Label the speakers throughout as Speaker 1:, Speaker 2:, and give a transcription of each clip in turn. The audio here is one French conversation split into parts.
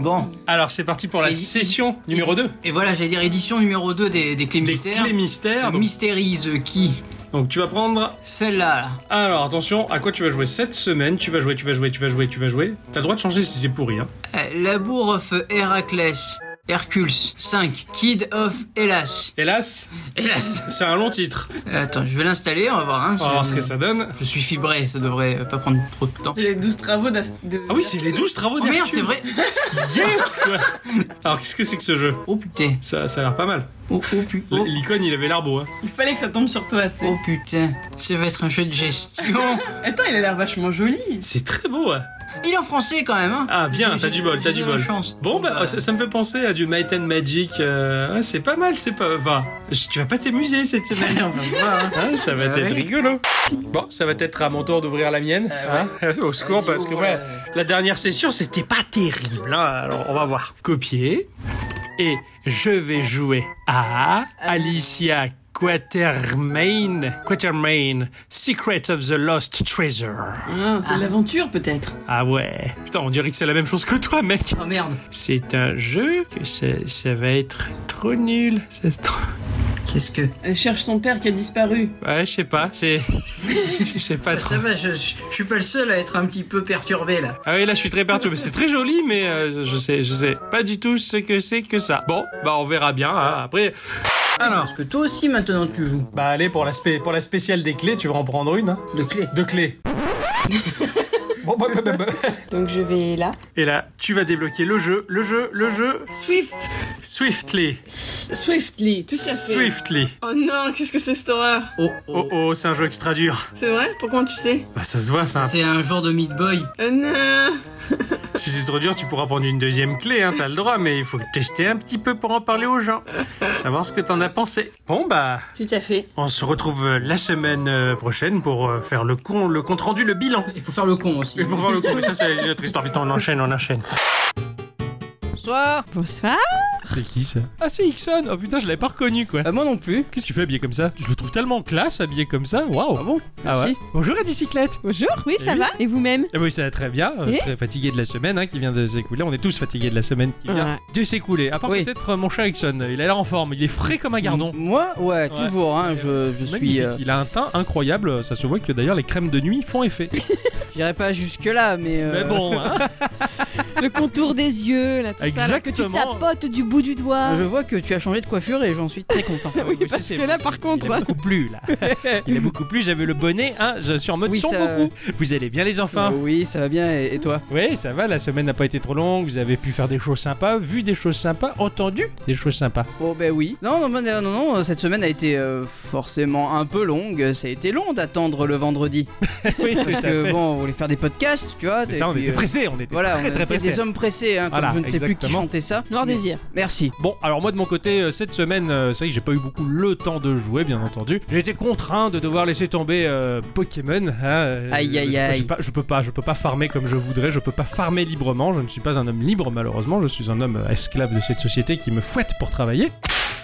Speaker 1: Bon,
Speaker 2: Alors c'est parti pour la
Speaker 1: Et-
Speaker 2: session numéro 2
Speaker 1: et voilà, j'allais dire édition numéro 2 des, des clés
Speaker 2: des
Speaker 1: mystères.
Speaker 2: clés mystères. Donc,
Speaker 1: Mysteries qui
Speaker 2: donc, tu vas prendre.
Speaker 1: Celle-là. là.
Speaker 2: Alors attention, à quoi tu vas jouer cette semaine Tu vas jouer, tu vas jouer, tu vas jouer, tu vas jouer. T'as le droit de changer si c'est pourri. Hein.
Speaker 1: Euh, Labour of Héraclès. Hercules 5. Kid of Hellas.
Speaker 2: Hélas,
Speaker 1: Hélas.
Speaker 2: c'est un long titre.
Speaker 1: Euh, Attends, je vais l'installer, on va voir. Hein,
Speaker 2: On va voir ce que ça donne.
Speaker 1: Je suis fibré, ça devrait euh, pas prendre trop de temps.
Speaker 3: Les 12 travaux d'As- de.
Speaker 2: Ah oui, c'est les 12 travaux
Speaker 1: Oh merde, c'est
Speaker 2: d'Hercule.
Speaker 1: vrai.
Speaker 2: Yes quoi. Alors qu'est-ce que c'est que ce jeu
Speaker 1: Oh putain.
Speaker 2: ça, ça a l'air pas mal.
Speaker 1: Oh, oh, pu-
Speaker 2: L-
Speaker 1: oh,
Speaker 2: L'icône, il avait l'air beau. Hein.
Speaker 3: Il fallait que ça tombe sur toi, tu sais.
Speaker 1: oh, putain. Ça va être un jeu de gestion.
Speaker 3: Attends, il a l'air vachement joli.
Speaker 2: C'est très beau. hein.
Speaker 1: Il est en français quand même. Hein.
Speaker 2: Ah bien,
Speaker 1: J'ai-
Speaker 2: t'as
Speaker 1: j'ai-
Speaker 2: du bol,
Speaker 1: j'ai
Speaker 2: t'as
Speaker 1: de
Speaker 2: du
Speaker 1: la
Speaker 2: bol.
Speaker 1: chance.
Speaker 2: Bon bah ça, ça me fait penser à du Might and Magic. euh, ouais, c'est pas mal, c'est pas. Enfin, je- tu vas pas t'amuser cette semaine.
Speaker 1: on va voir, hein.
Speaker 2: Hein, ça va
Speaker 1: Ah
Speaker 2: être
Speaker 1: oui.
Speaker 2: rigolo. Bon, ça va être à mon tour d'ouvrir la mienne.
Speaker 1: Ah
Speaker 2: Hein, Au secours,
Speaker 1: Vas-y,
Speaker 2: parce que
Speaker 1: ouvre euh.
Speaker 2: ouais,
Speaker 1: la-
Speaker 2: la dernière session, c'était pas terrible. hein. Alors, on va voir. Copier. Et je vais jouer à Alicia Quatermain. Quatermain, Secret of the Lost Treasure.
Speaker 3: Ah, c'est de l'aventure, peut-être.
Speaker 2: Ah ouais. Putain, on dirait que c'est la même chose que toi, mec.
Speaker 1: Oh merde.
Speaker 2: C'est un jeu que ça, ça va être trop nul. Ça se trouve.
Speaker 1: Qu'est-ce que.
Speaker 3: Elle cherche son père qui a disparu.
Speaker 2: Ouais, je sais pas. C'est. Je sais pas trop.
Speaker 1: Ça va, je, je- je suis pas le seul à être un petit peu perturbé là.
Speaker 2: Ah oui, là je suis très perturbé. C'est très joli, mais euh, je sais, je sais pas du tout ce que c'est que ça. Bon, bah on verra bien. hein, après, alors,
Speaker 1: Parce que toi aussi maintenant tu joues
Speaker 2: bah allez pour l'aspect, pour la spéciale des clés, tu vas en prendre une, hein.
Speaker 1: de clé.
Speaker 2: deux clés. Bon, bah, bah, bah, bah.
Speaker 3: Donc je vais là.
Speaker 2: Et là, tu vas débloquer le jeu, le jeu, le jeu.
Speaker 3: Swift.
Speaker 2: Swiftly,
Speaker 3: Swiftly, tout à fait.
Speaker 2: Swiftly.
Speaker 3: Oh non, qu'est-ce que c'est cette horreur
Speaker 1: Oh,
Speaker 2: Oh
Speaker 1: oh.
Speaker 2: oh, c'est un jeu extra dur.
Speaker 3: C'est vrai Pourquoi tu sais
Speaker 2: Bah ça se voit, ça.
Speaker 1: C'est un genre de Meat Boy.
Speaker 3: Oh non
Speaker 2: Si c'est trop dur, tu pourras prendre une deuxième clé, hein, t'as le droit, mais il faut tester un petit peu pour en parler aux gens, savoir ce que t'en as pensé. Bon bah.
Speaker 3: Tout à fait.
Speaker 2: On se retrouve euh, la semaine euh, prochaine pour euh, faire le, con, le compte rendu, le bilan.
Speaker 1: Et pour faire le con aussi.
Speaker 2: Et pour voir le compte, ça c'est notre histoire. Putain, on enchaîne, on enchaîne.
Speaker 1: Bonsoir.
Speaker 3: Bonsoir.
Speaker 2: C'est qui ça Ah, c'est Ixon Oh putain, je l'avais pas reconnu quoi.
Speaker 1: Euh, moi non plus.
Speaker 2: Qu'est-ce que tu fais habillé comme ça Je le trouve tellement classe habillé comme ça. Waouh
Speaker 1: bon
Speaker 2: Ah ouais
Speaker 1: merci.
Speaker 2: Bonjour à bicyclette
Speaker 3: Bonjour, oui,
Speaker 2: Salut.
Speaker 3: va Et vous-même
Speaker 2: ah oui, ça va très bien. euh,
Speaker 3: Eh
Speaker 2: très fatigué de la semaine hein, qui vient de s'écouler. On est tous fatigués de la semaine qui vient
Speaker 3: Ouais.
Speaker 2: de s'écouler. À part
Speaker 1: Oui.
Speaker 2: peut-être euh, mon cher Ixon, il a l'air en forme. Il est frais comme un gardon.
Speaker 1: Moi, ouais,
Speaker 2: Ouais.
Speaker 1: toujours. Hein, je je
Speaker 2: Magnifique.
Speaker 1: suis. euh,
Speaker 2: Il a un teint incroyable. Ça se voit que d'ailleurs les crèmes de nuit font effet.
Speaker 1: J'irai pas jusque là, mais. euh,
Speaker 2: Mais bon, hein,
Speaker 4: le contour des yeux, là, tout ça, là, que tu
Speaker 2: Exactement.
Speaker 4: tapotes du bout du doigt.
Speaker 1: Je vois que tu as changé de coiffure et j'en suis très content.
Speaker 4: Oui,
Speaker 2: Oui,
Speaker 4: parce
Speaker 2: c'est-
Speaker 4: que là,
Speaker 2: c'est-
Speaker 4: par contre,
Speaker 2: Il a
Speaker 4: hein.
Speaker 2: beaucoup plu, là. Il a beaucoup plu, j'avais le bonnet, hein, je suis en mode
Speaker 1: Oui,
Speaker 2: sombre
Speaker 1: ça-
Speaker 2: beaucoup. Vous allez bien, les enfants
Speaker 1: Euh, oui, ça va bien. Et, et toi
Speaker 2: Oui, ça va, la semaine n'a pas été trop longue, vous avez pu faire des choses sympas, vu des choses sympas, entendu des choses sympas.
Speaker 1: Bon, ben oui. Non, non, non, non, non, cette semaine a été euh, forcément un peu longue. Ça a été long d'attendre le vendredi.
Speaker 2: oui, tout
Speaker 1: Parce
Speaker 2: à
Speaker 1: que
Speaker 2: fait.
Speaker 1: bon, on voulait faire des podcasts, tu vois.
Speaker 2: Mais
Speaker 1: et
Speaker 2: ça, on
Speaker 1: puis,
Speaker 2: était
Speaker 1: euh,
Speaker 2: pressés, on était
Speaker 1: Voilà,
Speaker 2: très
Speaker 1: on
Speaker 2: très
Speaker 1: était
Speaker 2: pressés.
Speaker 1: des hommes pressés, hein, comme
Speaker 2: Voilà,
Speaker 1: je ne sais plus qui
Speaker 2: exactement.
Speaker 1: chantait ça.
Speaker 4: Noir
Speaker 1: Mais-
Speaker 4: désir.
Speaker 1: Merci.
Speaker 2: Bon, alors moi de mon côté, euh, cette semaine, euh, c'est vrai que j'ai pas eu beaucoup le temps de jouer, bien entendu. J'ai été contraint de devoir laisser tomber euh, Pokémon. hein, euh,
Speaker 1: Aïe, aïe,
Speaker 2: je- je-
Speaker 1: aïe.
Speaker 2: je- pas- Je peux pas, je peux pas farmer comme je voudrais, je peux pas farmer librement. Je ne suis pas un homme libre, malheureusement. Je suis un homme euh, esclave de cette société qui me fouette pour travailler.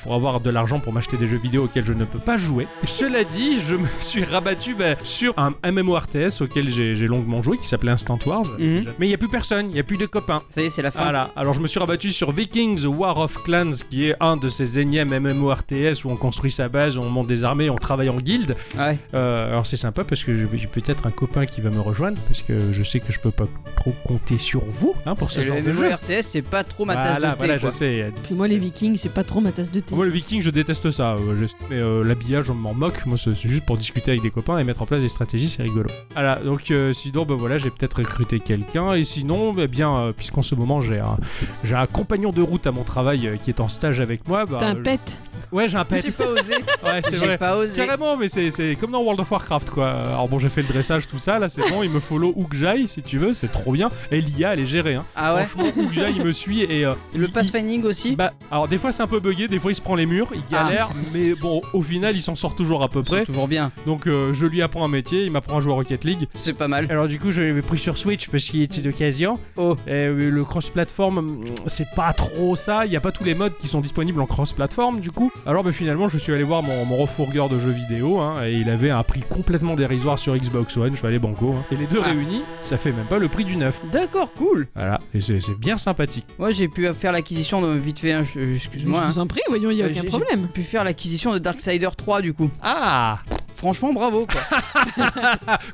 Speaker 2: Pour avoir de l'argent pour m'acheter des jeux vidéo auxquels je ne peux pas jouer. Cela dit, je me suis rabattu bah, sur un MMORTS auquel j'ai j'ai longuement joué qui s'appelait Instant Wars.
Speaker 1: Mhm.
Speaker 2: Mais il n'y a plus personne, il n'y a plus de copains.
Speaker 1: Ça y est, c'est la fin.
Speaker 2: Voilà, alors je me suis rabattu sur Vikings War of Clans, qui est un de ces énièmes MMORTS où on construit sa base, on monte des armées, on travaille en guilde.
Speaker 1: Ouais.
Speaker 2: Euh, alors c'est sympa parce que j'ai j'ai peut-être un copain qui va me rejoindre, parce que je sais que je peux pas trop compter sur vous hein, pour ce
Speaker 1: Et
Speaker 2: genre
Speaker 1: le
Speaker 2: de jeu.
Speaker 1: RTS, c'est pas trop ma tasse
Speaker 2: voilà,
Speaker 1: de thé.
Speaker 2: voilà, je
Speaker 1: quoi.
Speaker 2: sais.
Speaker 4: Puis moi, les vikings, c'est pas trop ma tasse de thé.
Speaker 2: Moi, le viking, je déteste ça. euh, je- Mais euh, l'habillage, on m'en moque. Moi, c'est c'est juste pour discuter avec des copains et mettre en place des stratégies, c'est rigolo. Voilà, donc euh, sinon, bah voilà, j'ai peut-être recruté quelqu'un. Et sinon, eh bien, euh, puisqu'en ce moment, j'ai un, j'ai un compagnon de route à mon travail euh, qui est en stage avec moi. Bah,
Speaker 4: T'as un
Speaker 2: euh,
Speaker 4: pet.
Speaker 2: Ouais, j'ai un pet.
Speaker 1: J'ai pas osé.
Speaker 2: ouais, c'est
Speaker 1: J'ai
Speaker 2: vrai.
Speaker 1: pas osé.
Speaker 2: Carrément, mais c'est- c'est comme dans World of Warcraft, quoi. Alors bon, j'ai fait le dressage, tout ça, là, c'est bon, il me follow où que j'aille, si tu veux, c'est trop bien. Et l'IA, elle est gérée, hein.
Speaker 1: Ah ouais
Speaker 2: Franchement, où que j'aille, il me suit et... euh,
Speaker 1: Le
Speaker 2: il-
Speaker 1: pass finding aussi
Speaker 2: bah, alors Bah, des fois c'est un peu bugué, des fois ils se prend les murs, il galère, mais bon, au final, il s'en sort toujours à peu
Speaker 1: C'est
Speaker 2: près.
Speaker 1: toujours bien.
Speaker 2: Donc euh, je lui apprends un métier, il m'apprend à jouer à Rocket League.
Speaker 1: C'est pas mal.
Speaker 2: Alors du coup, je l'avais pris sur Switch parce qu'il était d'occasion.
Speaker 1: Oh.
Speaker 2: Et oui, le cross-platform, mm, c'est pas trop ça. Il n'y a pas tous les modes qui sont disponibles en cross-platform du coup. Alors bah, finalement, je suis allé voir mon, mon refourgueur de jeux vidéo hein, et il avait un prix complètement dérisoire sur Xbox One. Je suis allé banco. hein. Et les deux
Speaker 1: Ah.
Speaker 2: réunis, ça fait même pas le prix du neuf.
Speaker 1: D'accord, cool.
Speaker 2: Voilà, et c'est c'est bien sympathique.
Speaker 1: Moi, j'ai pu faire l'acquisition de vite fait. hein, je- Excuse-moi.
Speaker 4: Je vous
Speaker 1: hein.
Speaker 4: en prie, voyons, il n'y a
Speaker 1: Euh, j'ai-
Speaker 4: aucun
Speaker 1: j'ai-
Speaker 4: problème.
Speaker 1: J'ai pu faire l'acquisition de Darksider 3 du coup.
Speaker 2: Ah
Speaker 1: Franchement, bravo. Quoi.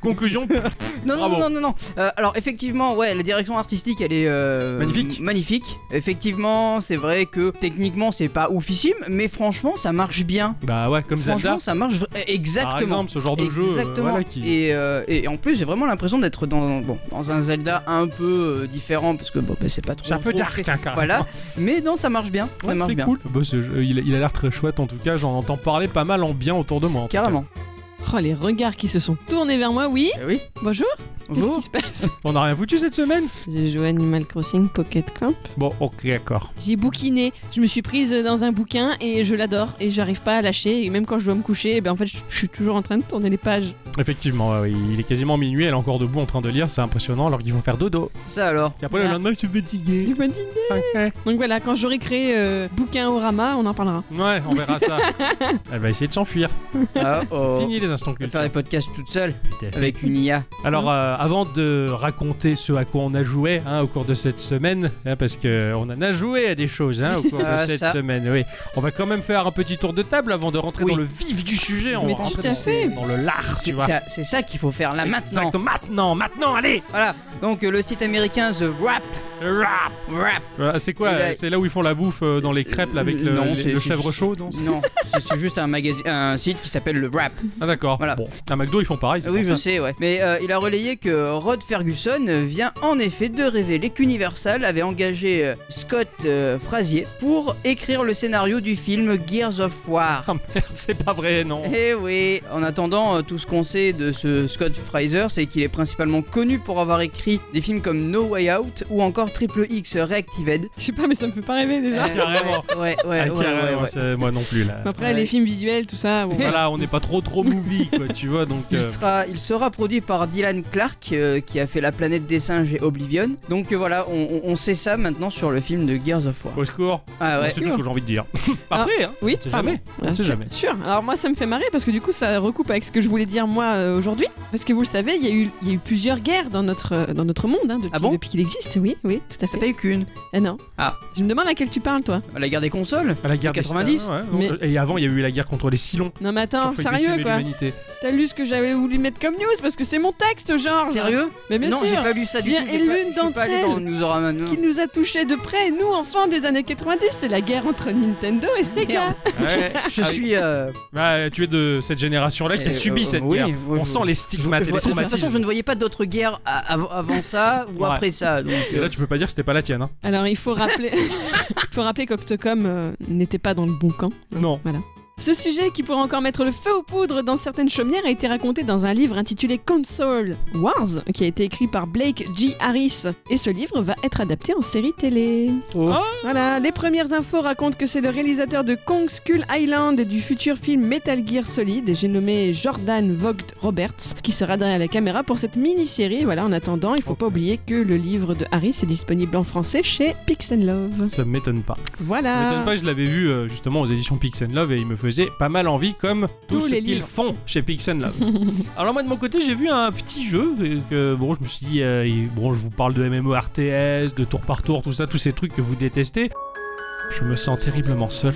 Speaker 2: Conclusion
Speaker 1: Non, non,
Speaker 2: Bravo.
Speaker 1: non, non, non. Euh, alors, effectivement, ouais, la direction artistique, elle est euh,
Speaker 2: Magnifique.
Speaker 1: Magnifique. Effectivement, c'est vrai que techniquement, c'est pas oufissime, mais franchement, ça marche bien.
Speaker 2: Bah ouais, comme Zelda.
Speaker 1: franchement, ça marche vra- eh, exactement.
Speaker 2: Par exemple, ce genre de jeu. euh,
Speaker 1: Exactement.
Speaker 2: voilà, qui...
Speaker 1: et, euh, et en plus, j'ai vraiment l'impression d'être dans, bon, dans un Zelda un peu euh, différent, parce que bon, bah, c'est pas trop.
Speaker 2: C'est un peu
Speaker 1: trop
Speaker 2: dark,
Speaker 1: fait.
Speaker 2: hein, carrément.
Speaker 1: Voilà. Mais non, ça marche bien. Ça
Speaker 2: Ouais,
Speaker 1: marche
Speaker 2: c'est
Speaker 1: bien.
Speaker 2: cool. Bah, c'est- euh, il, il a l'air très chouette en tout cas, j'en entends parler pas mal en bien autour de moi. en tout cas.
Speaker 1: Carrément.
Speaker 4: Oh, les regards qui se sont tournés vers moi, oui.
Speaker 1: Eh oui.
Speaker 4: Bonjour, qu'est-ce
Speaker 1: Vous
Speaker 4: qui se passe
Speaker 2: On n'a rien foutu cette semaine
Speaker 4: J'ai joué à Animal Crossing Pocket Camp.
Speaker 2: Bon, ok, d'accord.
Speaker 4: J'ai bouquiné, je me suis prise dans un bouquin et je l'adore et j'arrive pas à lâcher. Et même quand je dois me coucher, eh ben en fait, je je suis toujours en train de tourner les pages.
Speaker 2: Effectivement, ouais, ouais, il est quasiment minuit, elle est encore debout en train de lire, c'est impressionnant alors qu'ils vont faire dodo.
Speaker 1: Ça alors.
Speaker 2: Et après le
Speaker 4: Ah.
Speaker 2: lendemain, tu veux diguer.
Speaker 4: J'ai pas d'idée.
Speaker 2: Ouais,
Speaker 4: Donc voilà, quand j'aurai créé euh, bouquin au Rama, on en parlera.
Speaker 2: Ouais, on verra ça. elle va essayer de s'enfuir.
Speaker 1: Ah, oh.
Speaker 2: C'est fini les instants
Speaker 1: Je vais faire
Speaker 2: culturels.
Speaker 1: des podcasts toute seule
Speaker 2: Tout à fait.
Speaker 1: avec une IA.
Speaker 2: Alors, euh, avant de raconter ce à quoi on a joué hein, au cours de cette semaine, hein, parce qu'on en a joué à des choses hein, au cours
Speaker 1: Ah,
Speaker 2: de cette
Speaker 1: ça.
Speaker 2: semaine, oui. On va quand même faire un petit tour de table avant de rentrer
Speaker 1: Oui.
Speaker 2: dans le vif du sujet. On
Speaker 4: Mais
Speaker 2: va
Speaker 4: tout
Speaker 2: rentrer
Speaker 4: à
Speaker 2: dans,
Speaker 4: fait.
Speaker 2: dans le lard, tu
Speaker 1: C'est
Speaker 2: vois.
Speaker 1: ça, c'est ça qu'il faut faire là maintenant.
Speaker 2: Exactement. maintenant, maintenant, allez
Speaker 1: Voilà, donc euh, le site américain The Wrap.
Speaker 2: Rap.
Speaker 1: Wrap.
Speaker 2: Voilà, C'est quoi
Speaker 1: Et là-
Speaker 2: C'est là où ils font la bouffe euh, dans les crêpes là, avec le,
Speaker 1: Non,
Speaker 2: les-
Speaker 1: c'est-
Speaker 2: le
Speaker 1: c'est-
Speaker 2: chèvre chaud non
Speaker 1: Non, c'est- c'est juste un, magazine, un site qui s'appelle Le Wrap.
Speaker 2: Ah d'accord.
Speaker 1: Voilà.
Speaker 2: Bon, à McDo ils font pareil. c'est
Speaker 1: oui,
Speaker 2: pour
Speaker 1: je
Speaker 2: ça.
Speaker 1: sais, ouais. Mais euh, il a relayé que Rod Ferguson vient en effet de révéler qu'Universal avait engagé euh, Scott euh, Frazier pour écrire le scénario du film Gears of War.
Speaker 2: Ah merde, c'est pas vrai, non.
Speaker 1: Eh oui En attendant, euh, tout ce qu'on sait de ce Scott Fraser, c'est qu'il est principalement connu pour avoir écrit des films comme No Way Out ou encore Triple X Reactived.
Speaker 4: Je sais pas, mais ça me fait pas rêver déjà.
Speaker 1: Euh,
Speaker 2: Ah, carrément.
Speaker 1: Ouais, ouais,
Speaker 2: Ah,
Speaker 1: ouais, ouais,
Speaker 2: carrément,
Speaker 1: ouais.
Speaker 2: c'est- Moi non plus là.
Speaker 4: Après,
Speaker 1: Ouais.
Speaker 4: les films visuels, tout ça. bon, voilà.
Speaker 2: voilà, on n'est pas trop trop movie quoi, tu vois donc.
Speaker 1: Il
Speaker 2: euh,
Speaker 1: sera, il sera produit par Dylan Clark, euh, qui a fait La planète des singes et Oblivion. Donc euh, voilà, on, on- on sait ça maintenant sur le film de Gears of War.
Speaker 2: Au secours.
Speaker 1: Ah ouais. Ah.
Speaker 2: C'est tout ce que j'ai envie de dire. Après, hein,
Speaker 4: Oui,
Speaker 2: on sait
Speaker 4: pardon.
Speaker 2: jamais. On
Speaker 4: Ah,
Speaker 2: sait
Speaker 4: sûr,
Speaker 2: jamais.
Speaker 4: Sûr. Alors moi, ça me fait marrer parce que du coup, ça recoupe avec ce que je voulais dire moi euh, aujourd'hui. Parce que vous le savez, il y, a eu- il y a eu plusieurs guerres dans notre, euh, dans notre monde hein, depuis,
Speaker 1: Ah bon
Speaker 4: depuis qu'il existe. Oui, oui, tout à
Speaker 1: T'as
Speaker 4: fait.
Speaker 1: pas eu qu'une.
Speaker 4: Ah non.
Speaker 1: Ah.
Speaker 4: Je me demande laquelle tu parles, toi.
Speaker 1: La guerre des consoles
Speaker 2: À la guerre
Speaker 1: En
Speaker 2: des
Speaker 1: 90,
Speaker 2: Stars, ouais,
Speaker 4: mais-
Speaker 2: non, Et avant, il y a eu la guerre contre les Silons.
Speaker 4: Non mais attends,
Speaker 2: qui ont fait décimer
Speaker 4: sérieux quoi.
Speaker 2: l'humanité.
Speaker 4: T'as lu ce que j'avais voulu mettre comme news parce que c'est mon texte, genre.
Speaker 1: Sérieux
Speaker 4: Mais Ah, bien
Speaker 1: Non, j'ai
Speaker 4: sûr.
Speaker 1: pas euh. lu ça du tout.
Speaker 4: Bien,
Speaker 1: j'ai
Speaker 4: et
Speaker 1: pas-
Speaker 4: l'une
Speaker 1: je suis pas allé
Speaker 4: d'entre
Speaker 1: dans le Nous aura maintenant.
Speaker 4: Qui nous a touchés de près, nous, enfants des années 90, c'est la guerre entre Nintendo et Sega.
Speaker 1: Merde.
Speaker 2: Ouais.
Speaker 1: Je
Speaker 2: Ah oui.
Speaker 1: suis. euh,
Speaker 2: Bah, tu es de cette génération-là qui
Speaker 1: euh,
Speaker 2: a subi
Speaker 1: euh,
Speaker 2: cette
Speaker 1: oui,
Speaker 2: guerre.
Speaker 1: moi,
Speaker 2: On
Speaker 1: je-
Speaker 2: sent les
Speaker 1: je- je
Speaker 2: stigmates et les
Speaker 1: vois- De toute façon, je
Speaker 2: traumatismes.
Speaker 1: ne voyais pas d'autres guerres à- av- avant ça ou
Speaker 2: Ouais.
Speaker 1: après ça. Donc,
Speaker 2: Et
Speaker 1: euh,
Speaker 2: là, tu peux pas dire que c'était pas la tienne. Hein.
Speaker 4: Alors il faut rappeler, il faut rappeler qu'Octocom euh, n'était pas dans le bon camp.
Speaker 2: Non.
Speaker 4: Ce sujet qui pourrait encore mettre le feu aux poudres dans certaines chaumières a été raconté dans un livre intitulé Console Wars, qui a été écrit par Blake G. Harris. Et ce livre va être adapté en série télé.
Speaker 1: Oh.
Speaker 2: Ah.
Speaker 4: Voilà, les premières infos racontent que c'est le réalisateur de Kong Skull Island et du futur film Metal Gear Solid, et j'ai nommé Jordan Vogt Roberts, qui sera derrière la caméra pour cette mini-série. Voilà, en attendant, il faut pas
Speaker 2: Ok.
Speaker 4: oublier que le livre de Harris est disponible en français chez Pix Love.
Speaker 2: Ça m'étonne pas. Ça
Speaker 4: Voilà.
Speaker 2: m'étonne pas, je l'avais vu euh, justement aux éditions Pix Love et il me faisait pas mal envie comme tout
Speaker 4: Tous
Speaker 2: ce
Speaker 4: les
Speaker 2: qu'ils
Speaker 4: livres.
Speaker 2: font chez Pix Love. Alors moi de mon côté j'ai vu un petit jeu et que bon je me suis dit euh, il- bon je vous parle de MMORTS, de tour par tour, tout ça, tous ces trucs que vous détestez. Je me sens terriblement seul.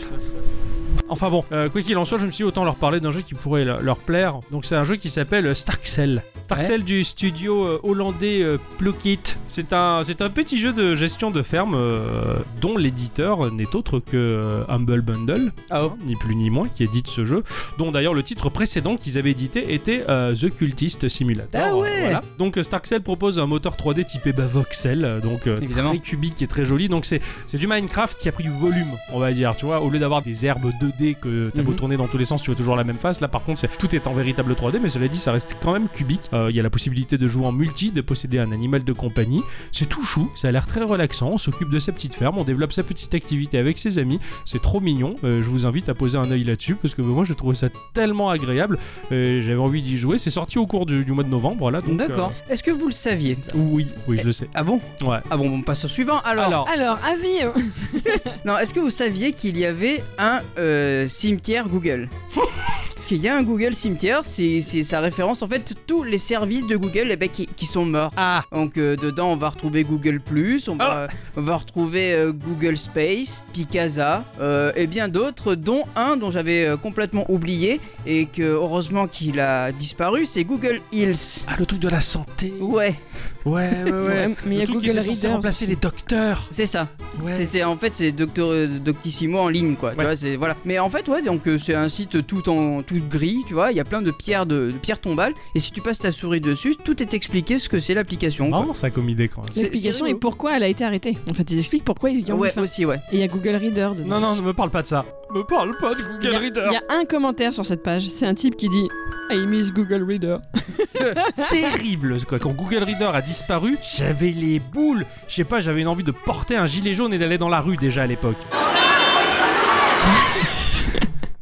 Speaker 2: Enfin bon, euh, quoi qu'il en soit, je me suis dit, autant leur parler d'un jeu qui pourrait leur leur plaire. Donc c'est un jeu qui s'appelle Stark Cell. Stark
Speaker 1: Ouais.
Speaker 2: Cell du studio euh, hollandais euh, Pluckit. C'est un, c'est un petit jeu de gestion de ferme euh, dont l'éditeur n'est autre que euh, Humble Bundle,
Speaker 1: Ah oh.
Speaker 2: hein, ni plus ni moins, qui édite ce jeu, dont d'ailleurs le titre précédent qu'ils avaient édité était euh, The Cultist Simulator.
Speaker 1: Ah ouais.
Speaker 2: Euh, voilà. Donc euh, Stark Cell propose un moteur 3D typé Bavoxel, euh, donc euh,
Speaker 1: Évidemment.
Speaker 2: très cubique et très joli. Donc c'est c'est du Minecraft qui a pris du volume, on va dire, tu vois, au lieu d'avoir des herbes 2D que t'as beau
Speaker 1: Mhm.
Speaker 2: tourner dans tous les sens, tu vois toujours la même face, là par contre c'est- tout est en véritable 3D, mais cela dit ça reste quand même cubique, Euh, Il y a la possibilité de jouer en multi, de posséder un animal de compagnie. C'est tout chou, ça a l'air très relaxant. On s'occupe de sa petite ferme, on développe sa petite activité avec ses amis. C'est trop mignon. Euh, je vous invite à poser un œil là-dessus parce que moi, je trouve ça tellement agréable. Euh, J'avais envie d'y jouer. C'est sorti au cours du, du mois de novembre, là. donc,
Speaker 1: D'accord. Est-ce que vous le saviez ça
Speaker 2: euh, oui, oui, je le sais.
Speaker 1: Ah bon
Speaker 2: Ouais.
Speaker 1: Ah bon, on passe au suivant alors.
Speaker 2: Alors,
Speaker 4: Alors, avis. euh,
Speaker 1: Non, est-ce que vous saviez qu'il y avait un euh, cimetière Google Qu'il y a un Google cimetière, c'est c'est- ça référence en fait tous les services de Google eh ben, qui, qui sont morts.
Speaker 2: ah,
Speaker 1: Donc euh, dedans, on va retrouver Google Plus, on, va- on va retrouver euh, Google Space, Picasa euh, et bien d'autres, dont un dont j'avais euh, complètement oublié et que heureusement qu'il a disparu, c'est Google Hills.
Speaker 2: ah, le truc de la santé.
Speaker 1: Ouais,
Speaker 2: Ouais, Bah ouais, ouais.
Speaker 4: ouais, mais il y a
Speaker 2: Le truc qui
Speaker 4: Google
Speaker 2: était censé
Speaker 4: Reader.
Speaker 2: remplacer les docteurs.
Speaker 1: c'est ça.
Speaker 2: Ouais.
Speaker 1: C'est- c'est- en fait c'est Docteur euh, Doctissimo en ligne quoi. Tu
Speaker 2: Ouais.
Speaker 1: vois, c'est voilà. Mais en fait ouais donc euh, c'est un site tout en tout gris, tu vois, il y a plein de pierres de, de pierres tombales et si tu passes ta souris dessus, tout est expliqué ce que c'est l'application. quoi.
Speaker 2: Marrant ça comme idée quand même.
Speaker 1: C'est-
Speaker 4: L'explication
Speaker 1: c'est
Speaker 4: est
Speaker 1: rigolo.
Speaker 4: pourquoi elle a été arrêtée. En fait, ils expliquent pourquoi ils y ont mis
Speaker 1: Ouais,
Speaker 4: fin.
Speaker 1: aussi ouais.
Speaker 4: Et il y a Google Reader dedans.
Speaker 2: Non, non, ne me parle pas de ça. Me parle pas de
Speaker 4: Il y
Speaker 2: Google
Speaker 4: a-
Speaker 2: Reader.
Speaker 4: Il y a un commentaire sur cette page. C'est un type qui dit I miss Google Reader.
Speaker 2: Terrible, quoi. Quand Google Reader a disparu, j'avais les boules. Je sais pas, j'avais une envie de porter un gilet jaune et d'aller dans la rue déjà à l'époque.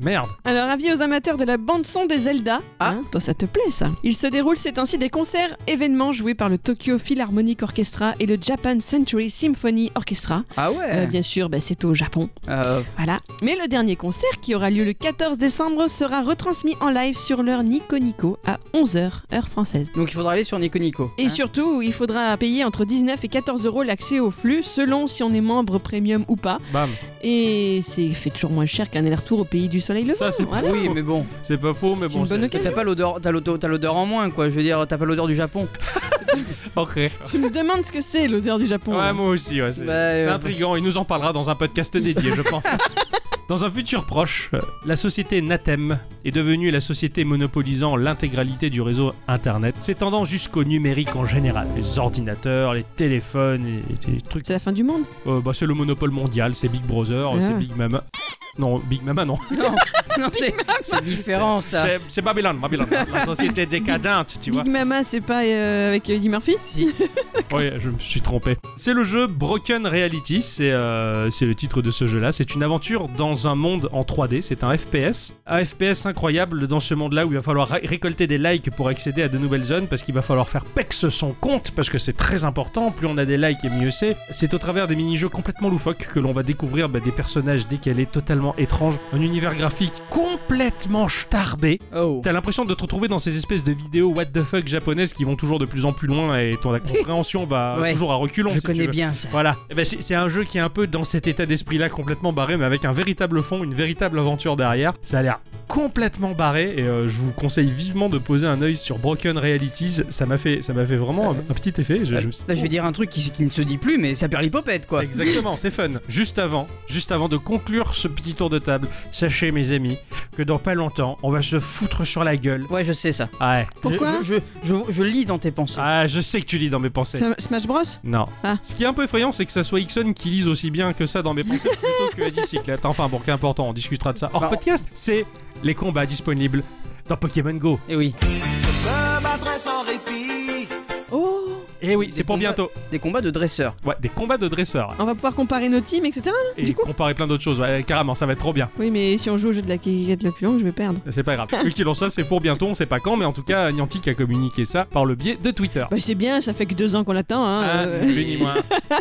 Speaker 2: Merde.
Speaker 4: Alors, avis aux amateurs de la bande-son des Zelda.
Speaker 1: Ah.
Speaker 4: Hein, toi, ça te plaît, ça. Il se déroule, c'est ainsi, des concerts événements joués par le Tokyo Philharmonic Orchestra et le Japan Century Symphony Orchestra.
Speaker 1: Ah
Speaker 4: Euh,
Speaker 1: ouais.
Speaker 4: bien sûr, bah, c'est au Japon.
Speaker 1: Euh,
Speaker 4: Voilà. Mais le dernier concert, qui aura lieu le 14 décembre, sera retransmis en live sur l'heure Nico Nico à 11h, heure française.
Speaker 1: donc il faudra aller sur Nico Nico.
Speaker 4: Et
Speaker 1: hein.
Speaker 4: surtout, il faudra payer entre 19 et 14 euros l'accès au flux, selon si on est membre premium ou pas.
Speaker 2: Bam.
Speaker 4: Et c'est fait toujours moins cher qu'un aller-retour au pays du soleil levant.
Speaker 2: Ça, c'est
Speaker 4: voilà.
Speaker 1: Oui, mais bon,
Speaker 2: C'est pas faux, mais
Speaker 4: C'est
Speaker 2: bon.
Speaker 4: une bonne
Speaker 2: c'est-
Speaker 1: t'as t'as pas l'odeur, t'as l'odeur, t'as l'odeur en moins quoi. Je veux dire, t'as pas l'odeur du Japon.
Speaker 2: Ok.
Speaker 4: Je me demande ce que c'est l'odeur du Japon.
Speaker 2: Ouais, moi aussi, ouais. C'est
Speaker 1: Bah,
Speaker 2: c'est
Speaker 1: euh,
Speaker 2: intriguant. Il nous en parlera dans un podcast dédié, je pense. Dans un futur proche, euh, la société Natem est devenue la société monopolisant l'intégralité du réseau Internet, s'étendant jusqu'au numérique en général. Les ordinateurs, les téléphones, les, les trucs.
Speaker 4: C'est la fin du monde.
Speaker 2: Euh, bah, c'est le monopole mondial, c'est Big Brother,
Speaker 4: Ah.
Speaker 2: c'est Big Mama. Non, Big Mama, non.
Speaker 1: Non, non c'est c'est différent ça.
Speaker 2: C'est- C'est Babylone, Babylone. La société décadente, tu vois.
Speaker 4: Big Mama, c'est pas euh, avec Eddie Murphy
Speaker 1: Si.
Speaker 2: Oui, je me suis trompé. C'est le jeu Broken Reality, c'est euh, c'est le titre de ce jeu-là. C'est une aventure dans un monde en 3D, c'est un FPS. Un FPS incroyable dans ce monde-là où il va falloir ra- récolter des likes pour accéder à de nouvelles zones parce qu'il va falloir faire pex son compte parce que c'est très important. Plus on a des likes et mieux c'est. C'est au travers des mini-jeux complètement loufoques que l'on va découvrir bah, des personnages décalés, totalement étranges, un univers graphique complètement starbé.
Speaker 1: Oh.
Speaker 2: T'as l'impression de te retrouver dans ces espèces de vidéos what the fuck japonaises qui vont toujours de plus en plus loin et ton la compréhension va
Speaker 1: Ouais.
Speaker 2: toujours à reculons.
Speaker 1: Je
Speaker 2: si tu
Speaker 1: connais
Speaker 2: veux.
Speaker 1: bien ça.
Speaker 2: Voilà. Eh ben, c'est c'est un jeu qui est un peu dans cet état d'esprit-là, complètement barré, mais avec un véritable fond, une véritable aventure derrière. Ça a l'air complètement barré et euh, je vous conseille vivement de poser un œil sur Broken Realities. Ça m'a fait, ça m'a fait vraiment un, un petit effet. Je- je me suis-
Speaker 1: Là, je vais dire un truc qui, qui ne se dit plus, mais ça perd l'hypopète quoi.
Speaker 2: Exactement, c'est fun. Juste avant, juste avant de conclure ce petit tour de table, sachez mes amis que dans pas longtemps, on va se foutre sur la gueule.
Speaker 1: Ouais, je sais ça.
Speaker 2: Ah Ouais.
Speaker 4: Pourquoi
Speaker 1: je, je, je- je lis dans tes pensées.
Speaker 2: Ah, je sais que tu lis dans mes pensées.
Speaker 4: Sm- Smash Bros
Speaker 2: Non.
Speaker 4: Ah.
Speaker 2: Ce qui est un peu effrayant, c'est que ça soit Ixon qui lise aussi bien que ça dans mes pensées plutôt que la bicyclette. Enfin bon, qu'importe, on discutera de ça. Hors
Speaker 1: Bah, on-
Speaker 2: podcast, c'est les combats disponibles dans Pokémon Go.
Speaker 1: Et eh oui,
Speaker 5: Me battre sans répit.
Speaker 4: Oh
Speaker 2: Et Eh oui, c'est
Speaker 1: Des
Speaker 2: pour
Speaker 1: combats-
Speaker 2: bientôt.
Speaker 1: des combats de dresseurs.
Speaker 2: Ouais, des combats de dresseurs.
Speaker 4: On va pouvoir comparer nos teams, etc.
Speaker 1: Ah,
Speaker 2: Et comparer plein d'autres choses. Ouais, carrément, ça va être trop bien.
Speaker 4: Oui, mais si on joue au jeu de la quête la plus longue, je vais perdre.
Speaker 2: C'est pas grave. Quoi qu'il en soit, c'est pour bientôt, on sait pas quand, mais en tout cas, Niantic a communiqué ça par le biais de Twitter.
Speaker 4: Bah, c'est bien, ça fait que deux ans qu'on l'attend.
Speaker 1: Bah,
Speaker 4: Hein,
Speaker 2: Ah,
Speaker 4: euh.
Speaker 2: ni plus ni moins.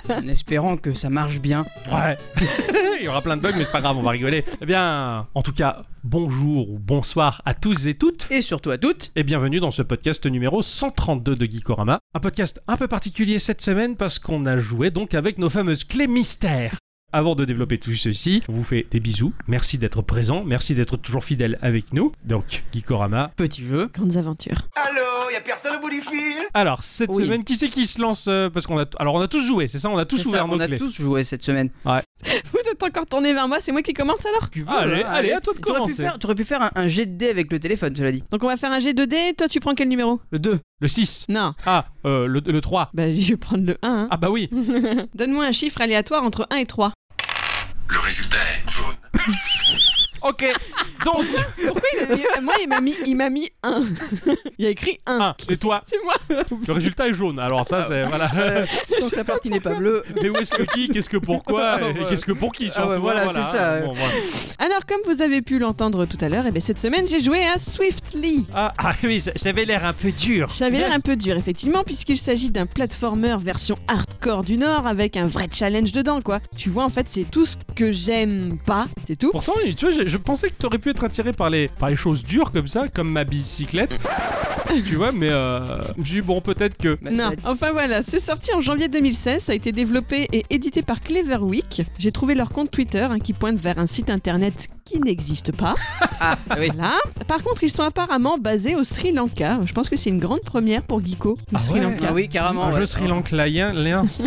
Speaker 1: en espérant que ça marche bien.
Speaker 2: Ouais. Il y aura plein de bugs, mais c'est pas grave, on va rigoler. Eh bien, en tout cas, bonjour ou bonsoir à tous et toutes.
Speaker 1: Et surtout à toutes,
Speaker 2: et bienvenue dans ce podcast numéro 132 de Geekorama. Un podcast un peu particulier cette semaine parce qu'on a joué donc avec nos fameuses clés mystères. Avant de développer tout ceci, on vous fait des bisous. Merci d'être présent, merci d'être toujours fidèle avec nous. Donc, Geekorama.
Speaker 1: petit jeu.
Speaker 4: Grandes aventures.
Speaker 5: Allô, y a personne au bout du fil
Speaker 2: Alors, cette
Speaker 1: Oui.
Speaker 2: semaine, qui c'est qui se lance euh, Parce qu'on a, alors on a tous joué, c'est ça On a tous
Speaker 1: C'est
Speaker 2: ouvert
Speaker 1: ça,
Speaker 2: nos
Speaker 1: on a
Speaker 2: clés.
Speaker 1: tous joué cette semaine.
Speaker 4: Vous êtes encore tourné vers moi, c'est moi qui commence alors
Speaker 1: Tu veux,
Speaker 2: Allez,
Speaker 1: hein,
Speaker 2: allez, à toi de
Speaker 1: T'aurais pu
Speaker 2: commencer.
Speaker 1: faire- T'aurais pu faire un, un jet de dés avec le téléphone, cela dit.
Speaker 4: Donc on va faire un G2D, toi tu prends quel numéro
Speaker 1: Le 2.
Speaker 2: Le 6.
Speaker 4: Non.
Speaker 2: Ah, euh, le, le 3.
Speaker 4: Bah je vais prendre le 1. hein.
Speaker 2: Ah bah oui.
Speaker 4: Donne-moi un chiffre aléatoire entre 1 et 3.
Speaker 5: Le résultat est jaune.
Speaker 2: Ok, donc,
Speaker 4: Pourquoi il a mis... Moi, il m'a mis, il m'a mis un. il a écrit un.
Speaker 2: un, Ah, c'est toi.
Speaker 4: C'est moi.
Speaker 2: Le résultat est jaune. Alors ça, c'est voilà.
Speaker 1: Euh, donc la partie n'est pas bleue.
Speaker 2: Mais où est-ce que qui Qu'est-ce que pourquoi
Speaker 1: Ah
Speaker 2: et
Speaker 1: ouais.
Speaker 2: Qu'est-ce que pour qui surtout,
Speaker 1: ouais,
Speaker 2: hein,
Speaker 1: voilà, c'est ça.
Speaker 2: Bon, voilà.
Speaker 4: Alors, comme vous avez pu l'entendre tout à l'heure, eh bien, cette semaine, j'ai joué à Swiftly.
Speaker 2: Ah, ah oui, ça, ça avait l'air un peu dur.
Speaker 4: Ça avait l'air un peu dur, effectivement, puisqu'il s'agit d'un platformer version hardcore du Nord avec un vrai challenge dedans, quoi. Tu vois, en fait, c'est tout ce que j'aime pas, c'est tout.
Speaker 2: Pourtant, tu vois, je, je pensais que t'aurais pu être attiré par les, par les choses dures comme ça, comme ma bicyclette. tu vois, mais euh, j'ai eu bon, peut-être que.
Speaker 1: Bah,
Speaker 4: Non,
Speaker 1: bah,
Speaker 4: enfin voilà, c'est sorti en janvier 2016, ça a été développé et édité par Cleverweek. J'ai trouvé leur compte Twitter hein, qui pointe vers un site internet qui n'existe pas.
Speaker 1: Ah, oui.
Speaker 4: Voilà. Par contre, ils sont apparemment basés au Sri Lanka. Je pense que c'est une grande première pour Geeko, le
Speaker 2: Ah
Speaker 4: Sri
Speaker 2: ouais
Speaker 4: Lanka.
Speaker 1: Ah oui, carrément.
Speaker 2: Un jeu
Speaker 1: ouais.
Speaker 2: Sri Lankaien, l'un Sri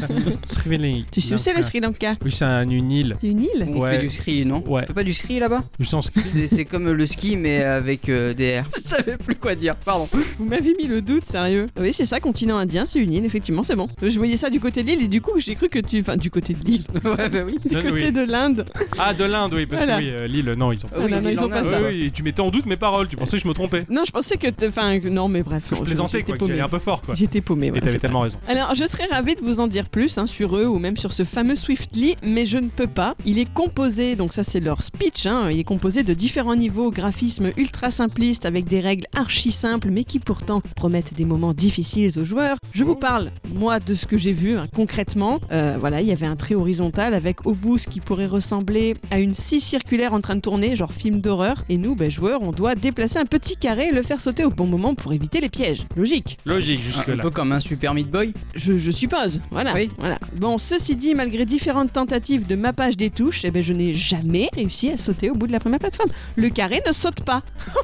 Speaker 2: Lankaien.
Speaker 4: Tu sais où c'est le Sri Lanka
Speaker 2: Oui, c'est un- une île.
Speaker 4: C'est une île
Speaker 1: On
Speaker 2: Ouais.
Speaker 1: fait du ski, non
Speaker 2: Ouais.
Speaker 1: On fait pas du ski là-bas
Speaker 2: Je sens que-
Speaker 1: C'est c'est comme euh, le ski mais avec euh, des R. Je savais plus quoi dire, pardon.
Speaker 4: Vous m'avez mis le doute, sérieux. Oui, c'est ça, continent indien, c'est une île, effectivement, c'est bon. Je voyais ça du côté de l'île et du coup, j'ai cru que tu. Enfin, du côté de l'île.
Speaker 1: ouais, bah oui.
Speaker 4: Du
Speaker 2: Ah,
Speaker 4: côté
Speaker 2: oui.
Speaker 4: de l'Inde.
Speaker 2: Ah, de l'Inde, oui, parce
Speaker 4: Voilà.
Speaker 2: que oui, euh, l'île, non, ils ont.
Speaker 4: non, non,
Speaker 1: Ah il
Speaker 4: ils
Speaker 1: en
Speaker 4: ont
Speaker 1: a,
Speaker 4: pas
Speaker 1: ouais.
Speaker 4: ça.
Speaker 2: Oui, oui, tu mettais en doute mes paroles, tu pensais que je me trompais.
Speaker 4: Non, je pensais que. t'- Enfin, que- non, mais bref.
Speaker 2: Que je plaisantais,
Speaker 4: j'étais
Speaker 2: quoi, que
Speaker 4: paumée.
Speaker 2: j'allais un peu fort, quoi.
Speaker 4: J'étais paumé.
Speaker 2: Et t'avais tellement raison.
Speaker 4: Alors, je serais ravie de vous en dire plus hein, sur eux ou même sur ce fameux Swiftly, mais je ne peux pas. Il est composé, donc ça c'est leur speech, hein, il est composé de différents niveaux, graphisme ultra simpliste avec des règles archi simples, mais qui pourtant promettent des moments difficiles aux joueurs. Je vous parle, moi, de ce que j'ai vu hein, concrètement. Euh, voilà, il y avait un trait horizontal avec au bout ce qui pourrait ressembler à une scie circulaire en train de tourner, genre film d'horreur. Et nous, ben, joueurs, on doit déplacer un petit carré et le faire sauter au bon moment pour éviter les pièges. Logique.
Speaker 2: Logique,
Speaker 1: Ah, Un
Speaker 2: jusque-là.
Speaker 1: peu comme un Super Meat Boy.
Speaker 4: Je, je suppose, voilà.
Speaker 1: Oui.
Speaker 4: voilà. Bon, ceci dit, malgré différentes tentatives de mappage des touches, eh ben, je n'ai jamais réussi à sauter au bout de la première plateforme. Le carré ne saute pas.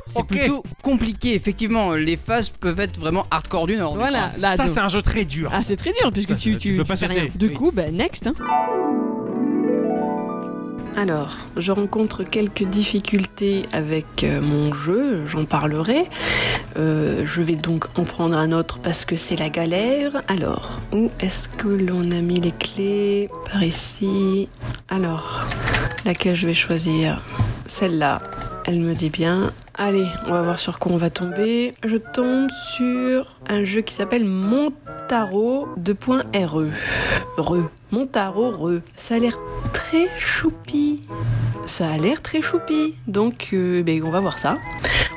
Speaker 1: C'est
Speaker 2: Ok.
Speaker 1: plutôt compliqué, effectivement. Les phases peuvent être vraiment hardcore du Nord.
Speaker 4: voilà, là,
Speaker 2: Ça,
Speaker 4: donc-
Speaker 2: c'est un jeu très dur.
Speaker 4: Ah, c'est très dur puisque
Speaker 2: Ça,
Speaker 4: tu,
Speaker 2: c'est- tu peux pas
Speaker 4: fais
Speaker 2: sauter.
Speaker 4: rien. Du
Speaker 1: Oui.
Speaker 4: coup, bah, next. hein.
Speaker 6: Alors, je rencontre quelques difficultés avec euh, mon jeu, j'en parlerai. Euh, je vais donc en prendre un autre parce que c'est la galère. Alors, où est-ce que l'on a mis les clés Par ici. Alors, laquelle je vais choisir Celle-là. Elle me dit bien. Allez, on va voir sur quoi on va tomber. Je tombe sur un jeu qui s'appelle Montaro 2.re. Re. E. Montaro Re. Ça a l'air très choupi. Ça a l'air très choupi. Donc, euh, ben, on va voir ça.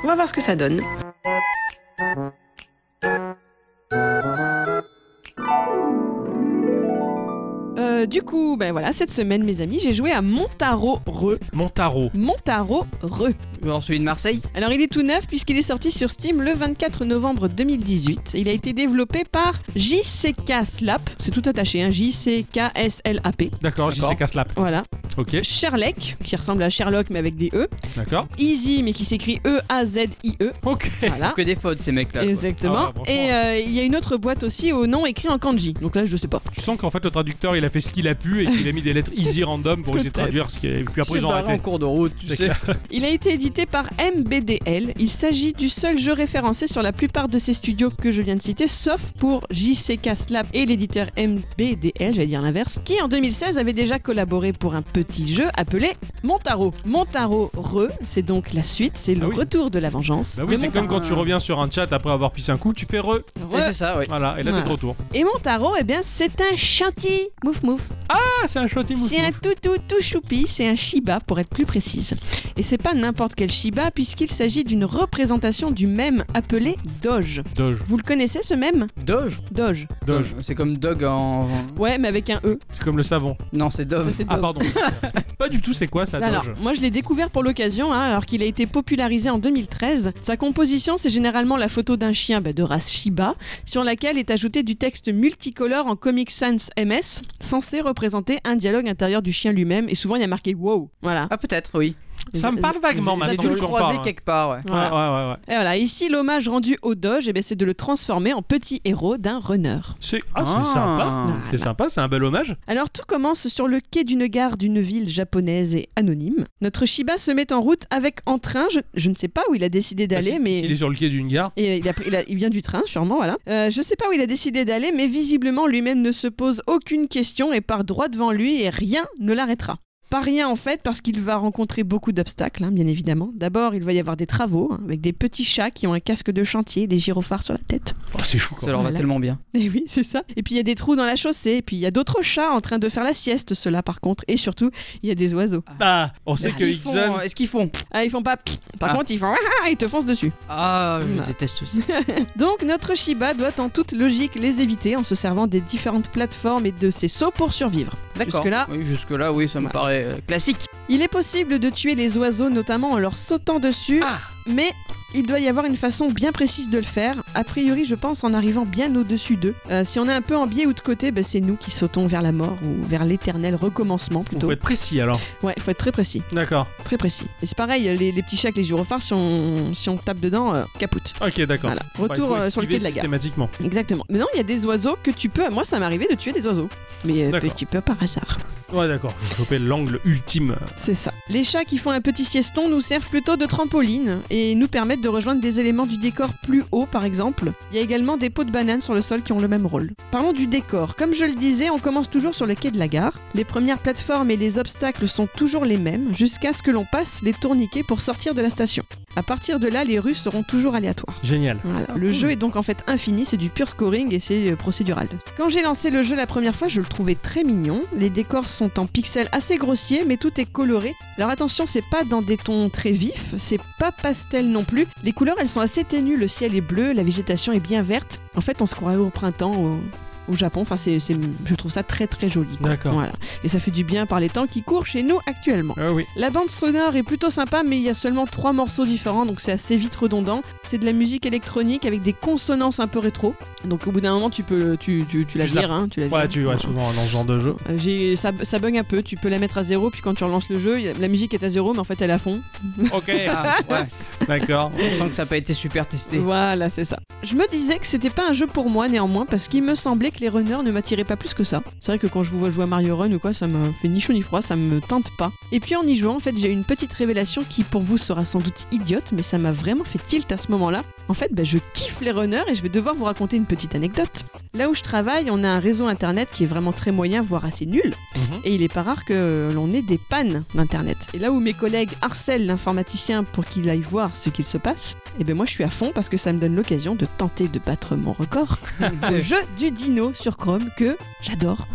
Speaker 6: On va voir ce que ça donne.
Speaker 4: Euh, du coup, ben voilà, cette semaine, mes amis, j'ai joué à Montaro Re.
Speaker 2: Mon tarot.
Speaker 4: Montaro Re.
Speaker 1: Genre celui de Marseille.
Speaker 4: Alors il est tout neuf puisqu'il est sorti sur Steam le 24 novembre 2018. Il a été développé par JCK Slap, c'est tout attaché, hein, J-C-K-S-L-A-P.
Speaker 2: D'accord, j'y sais
Speaker 1: D'accord.
Speaker 2: qu'à slap.
Speaker 4: Voilà.
Speaker 2: Ok,
Speaker 4: Sherlock, qui ressemble à Sherlock mais avec des E.
Speaker 2: d'accord.
Speaker 4: Easy, mais qui s'écrit E E-A-Z-I-E.
Speaker 2: Ok.
Speaker 4: Voilà.
Speaker 1: Que des fautes, ces mecs-là. quoi.
Speaker 4: Exactement.
Speaker 2: Ah ouais, franchement.
Speaker 4: et euh, il y a une autre boîte aussi au nom écrit en kanji. Donc là, je sais pas.
Speaker 2: Tu sens qu'en fait le traducteur il a fait ce qu'il a pu et qu'il a mis des lettres easy random pour essayer de
Speaker 4: Peut-être.
Speaker 2: traduire ce qui est. Et puis après ils ont
Speaker 1: Séparés en
Speaker 2: arrêté.
Speaker 1: cours de route, tu
Speaker 2: C'est
Speaker 1: sais.
Speaker 4: Il a été édité par MBDL. Il s'agit du seul jeu référencé sur la plupart de ces studios que je viens de citer, sauf pour JCK Slap et l'éditeur MBDL, j'allais dire l'inverse, qui en 2016 avait déjà collaboré pour un petit jeu appelé Montaro. Montaro Re, c'est donc la suite, c'est le
Speaker 2: Ah oui.
Speaker 4: retour de la vengeance.
Speaker 2: Bah oui,
Speaker 4: de
Speaker 2: c'est comme
Speaker 4: Montaro.
Speaker 2: quand tu reviens sur un chat après avoir pissé un coup, tu fais re.
Speaker 1: Ouais,
Speaker 4: Re.
Speaker 1: c'est ça, ouais.
Speaker 2: Voilà, et là t'es de
Speaker 4: Voilà.
Speaker 2: retour.
Speaker 4: Et Montaro, eh bien, c'est un chantier. Mouf mouf.
Speaker 2: Ah, c'est un shotty
Speaker 4: C'est un tout tout tout choupi, c'est un Shiba pour être plus précise. Et c'est pas n'importe quel Shiba puisqu'il s'agit d'une représentation du même appelé Doge.
Speaker 2: Doge.
Speaker 4: Vous le connaissez ce même
Speaker 1: Doge.
Speaker 4: Doge.
Speaker 2: Doge.
Speaker 1: Euh, C'est comme Dog en.
Speaker 4: Ouais, mais avec un E.
Speaker 2: C'est comme le savon.
Speaker 1: Non, c'est Dove.
Speaker 4: C'est
Speaker 2: Ah,
Speaker 4: Dove.
Speaker 2: pardon. Pas du tout, c'est quoi ça,
Speaker 4: Alors,
Speaker 2: Doge
Speaker 4: moi je l'ai découvert pour l'occasion, hein, alors qu'il a été popularisé en 2013. Sa composition, c'est généralement la photo d'un chien bah, de race Shiba, sur laquelle est ajouté du texte multicolore en Comic Sans MS, censé représenter un dialogue intérieur du chien lui-même, et souvent il y a marqué wow. Voilà.
Speaker 1: Ah, peut-être, oui.
Speaker 2: Ça me parle vaguement
Speaker 1: Ils
Speaker 2: maintenant
Speaker 1: ont
Speaker 2: que tu en
Speaker 1: croisé
Speaker 2: parles.
Speaker 1: quelque part, ouais.
Speaker 4: Voilà.
Speaker 2: hein. Ouais, ouais, ouais. ouais.
Speaker 4: Et voilà, ici l'hommage rendu au Doge, eh ben, c'est de le transformer en petit héros d'un runner.
Speaker 2: C'est... Ah, c'est
Speaker 1: Ah.
Speaker 2: sympa. C'est sympa, c'est un bel hommage.
Speaker 4: Alors tout commence sur le quai d'une gare d'une ville japonaise et anonyme. Notre Shiba se met en route avec en train, je, je ne sais pas où il a décidé
Speaker 2: Ah,
Speaker 4: d'aller,
Speaker 2: si-
Speaker 4: mais...
Speaker 2: S'il est sur le quai d'une gare.
Speaker 4: Et il, a pris- il a- il vient du train, sûrement, voilà. Euh, je sais pas où il a décidé d'aller, mais visiblement lui-même ne se pose aucune question et part droit devant lui et rien ne l'arrêtera. Pas rien en fait, parce qu'il va rencontrer beaucoup d'obstacles, hein, bien évidemment. D'abord, il va y avoir des travaux, hein, avec des petits chats qui ont un casque de chantier, des gyrophares sur la tête.
Speaker 2: Oh, c'est fou
Speaker 1: Ça
Speaker 2: quoi.
Speaker 1: leur va
Speaker 4: Voilà.
Speaker 1: tellement bien.
Speaker 4: Et oui, c'est ça. Et puis il y a des trous dans la chaussée, et puis il y a d'autres chats en train de faire la sieste, ceux-là par contre. Et surtout, il y a des oiseaux.
Speaker 2: Ah, on sait
Speaker 1: Est-ce
Speaker 2: que
Speaker 1: qu'ils font
Speaker 2: Ixon.
Speaker 1: Est-ce qu'ils font
Speaker 4: Ah, ils font pas. Par
Speaker 1: Ah.
Speaker 4: contre, ils font. Ah, ils te foncent dessus.
Speaker 1: Ah, je
Speaker 4: Non.
Speaker 1: déteste ça.
Speaker 4: Donc notre Shiba doit en toute logique les éviter en se servant des différentes plateformes et de ses sauts pour survivre.
Speaker 1: D'accord.
Speaker 4: Jusque-là.
Speaker 1: Oui, jusque-là, oui, ça me
Speaker 4: Voilà.
Speaker 1: paraît euh, classique.
Speaker 4: Il est possible de tuer les oiseaux notamment en leur sautant dessus,
Speaker 1: Ah.
Speaker 4: mais il doit y avoir une façon bien précise de le faire, a priori je pense en arrivant bien au-dessus d'eux. Euh, si on est un peu en biais ou de côté, bah, c'est nous qui sautons vers la mort ou vers l'éternel recommencement
Speaker 2: Il
Speaker 4: plutôt.
Speaker 2: faut être précis alors.
Speaker 4: Ouais, faut être très précis,
Speaker 2: D'accord.
Speaker 4: très précis. Et c'est pareil, les, les petits chats avec les gyrophares, si on, si on tape dedans, euh, capoute.
Speaker 2: Ok, d'accord.
Speaker 4: Voilà.
Speaker 2: Bah, il
Speaker 4: Retour
Speaker 2: faut
Speaker 4: euh, sur
Speaker 2: esquiver
Speaker 4: le quai de la gare.
Speaker 2: systématiquement.
Speaker 4: Exactement. Mais non, il y a des oiseaux que tu peux. Moi, ça m'est arrivé de tuer des oiseaux. Mais euh,
Speaker 2: D'accord.
Speaker 4: tu peux par hasard.
Speaker 2: Ouais, d'accord. Faut choper l'angle ultime.
Speaker 4: C'est ça. Les chats qui font un petit sieston nous servent plutôt de trampoline et nous permettent de rejoindre des éléments du décor plus haut, par exemple. Il y a également des pots de bananes sur le sol qui ont le même rôle. Parlons du décor. Comme je le disais, on commence toujours sur le quai de la gare. Les premières plateformes et les obstacles sont toujours les mêmes, jusqu'à ce que l'on passe les tourniquets pour sortir de la station. À partir de là, les rues seront toujours aléatoires.
Speaker 2: Génial.
Speaker 4: Voilà. Le jeu est donc en fait infini, c'est du pur scoring et c'est euh, procédural. Quand j'ai lancé le jeu la première fois, je le trouvais très mignon. Les décors sont en pixels assez grossiers, mais tout est coloré. Alors attention, c'est pas dans des tons très vifs, c'est pas pastel non plus. Les couleurs, elles sont assez ténues. Le ciel est bleu, la végétation est bien verte. En fait, on se croirait au printemps. Au... Au Japon, enfin, c'est, c'est- je trouve ça très très joli. quoi.
Speaker 2: D'accord.
Speaker 4: Voilà. Et ça fait du bien par les temps qui courent chez nous actuellement.
Speaker 2: Ah oui.
Speaker 4: La bande sonore est plutôt sympa, mais il y a seulement trois morceaux différents, donc c'est assez vite redondant. C'est de la musique électronique avec des consonances un peu rétro. Donc au bout d'un moment, tu peux, tu, tu, tu la
Speaker 2: Tu zappes.
Speaker 4: vires, hein, tu la vires.
Speaker 2: Ouais, tu ouais, souvent dans ce genre de jeu.
Speaker 4: Euh, j'ai- ça, ça bug un peu, tu peux la mettre à zéro, puis quand tu relances le jeu, y a- la musique est à zéro, mais en fait elle est à fond.
Speaker 2: Ok,
Speaker 1: Ah, ouais.
Speaker 2: d'accord.
Speaker 1: On sent que ça n'a pas été super testé.
Speaker 4: Voilà, c'est ça. Je me disais que c'était pas un jeu pour moi néanmoins, parce qu'il me semblait que les runners ne m'attiraient pas plus que ça. C'est vrai que quand je vous vois jouer à Mario Run ou quoi, ça me fait ni chaud ni froid, ça me tente pas. Et puis en y jouant, en fait, j'ai eu une petite révélation qui pour vous sera sans doute idiote, mais ça m'a vraiment fait tilt à ce moment-là. En fait, bah, je kiffe les runners et je vais devoir vous raconter une petite anecdote. Là où je travaille, on a un réseau internet qui est vraiment très moyen, voire assez nul.
Speaker 2: Mhm.
Speaker 4: Et il est pas rare que l'on ait des pannes d'internet. Et là où mes collègues harcèlent l'informaticien pour qu'il aille voir ce qu'il se passe, et ben moi je suis à fond parce que ça me donne l'occasion de tenter de battre mon record au jeu du dino sur Chrome que j'adore.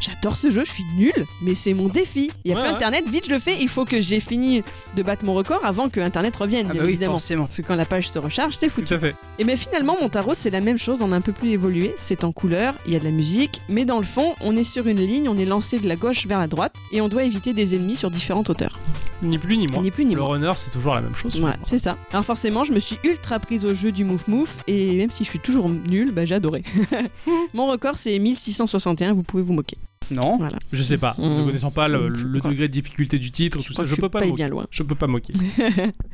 Speaker 4: J'adore ce jeu, je suis nulle, mais c'est mon défi. Il y a
Speaker 2: Ouais,
Speaker 4: plein
Speaker 2: ouais.
Speaker 4: internet, vite je le fais, il faut que j'ai fini de battre mon record avant que internet revienne,
Speaker 1: Ah
Speaker 4: bien
Speaker 1: bah oui,
Speaker 4: évidemment.
Speaker 1: forcément.
Speaker 4: Parce que quand la page se recharge, c'est foutu.
Speaker 2: Tout à fait.
Speaker 4: Et mais finalement, mon tarot, c'est la même chose en un peu plus évolué. C'est en couleur, il y a de la musique, mais dans le fond, on est sur une ligne, on est lancé de la gauche vers la droite, et on doit éviter des ennemis sur différentes hauteurs.
Speaker 2: Ni plus ni moins.
Speaker 4: Ni plus ni
Speaker 2: le
Speaker 4: moins.
Speaker 2: runner, c'est toujours la même chose.
Speaker 4: Ouais, c'est ça. Alors forcément, je me suis ultra prise au jeu du mouf mouf, et même si je suis toujours nulle, bah, j'ai adoré. mon record, c'est 1661, vous pouvez vous moquer.
Speaker 1: Non.
Speaker 4: Voilà.
Speaker 2: Je sais pas.
Speaker 4: Mm.
Speaker 2: Ne connaissant pas le,
Speaker 4: Mm,
Speaker 2: le
Speaker 4: pourquoi
Speaker 2: degré de difficulté du titre, tout
Speaker 4: crois
Speaker 2: ça,
Speaker 4: que
Speaker 2: je peux
Speaker 4: suis
Speaker 2: pas
Speaker 4: pas allée
Speaker 2: moquer.
Speaker 4: bien loin.
Speaker 2: Je peux pas moquer.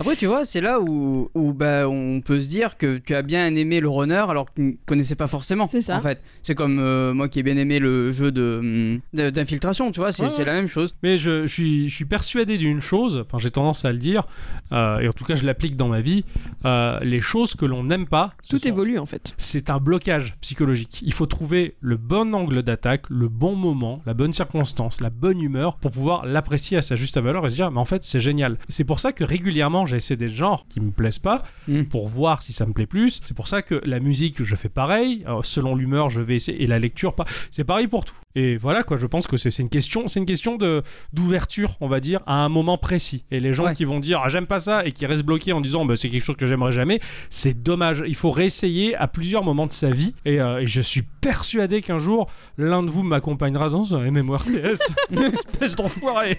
Speaker 1: Après, tu vois, c'est là où, où bah, on peut se dire que tu as bien aimé le runner alors que tu ne connaissais pas forcément.
Speaker 4: C'est ça.
Speaker 1: En fait, c'est comme euh, moi qui ai bien aimé le jeu de hum, de- d'infiltration, tu vois, c'est
Speaker 2: Ouais,
Speaker 1: c'est
Speaker 2: ouais.
Speaker 1: la même chose.
Speaker 2: Mais je, je suis, je suis persuadé d'une chose, enfin j'ai tendance à le dire, euh, et en tout cas je l'applique dans ma vie, euh, les choses que l'on n'aime pas, ce
Speaker 4: Tout
Speaker 2: sont-
Speaker 4: évolue en fait.
Speaker 2: c'est un blocage psychologique. Il faut trouver le bon angle d'attaque, le bon moment, la bonne circonstance, la bonne humeur pour pouvoir l'apprécier à sa juste valeur et se dire mais en fait c'est génial. C'est pour ça que régulièrement j'essaie des genres qui me plaisent pas
Speaker 1: Mm.
Speaker 2: pour voir si ça me plaît plus. C'est pour ça que la musique je fais pareil, Alors, selon l'humeur je vais essayer et la lecture pas. C'est pareil pour tout. Et voilà quoi, je pense que c'est c'est une question, c'est une question de d'ouverture on va dire à un moment précis. Et les gens
Speaker 1: Ouais.
Speaker 2: qui vont dire ah, j'aime pas ça et qui restent bloqués en disant bah, c'est quelque chose que j'aimerais jamais, c'est dommage. Il faut réessayer à plusieurs moments de sa vie. Et, euh, et je suis persuadé qu'un jour, l'un de vous m'accompagnera dans un MMORPS. Espèce d'enfoiré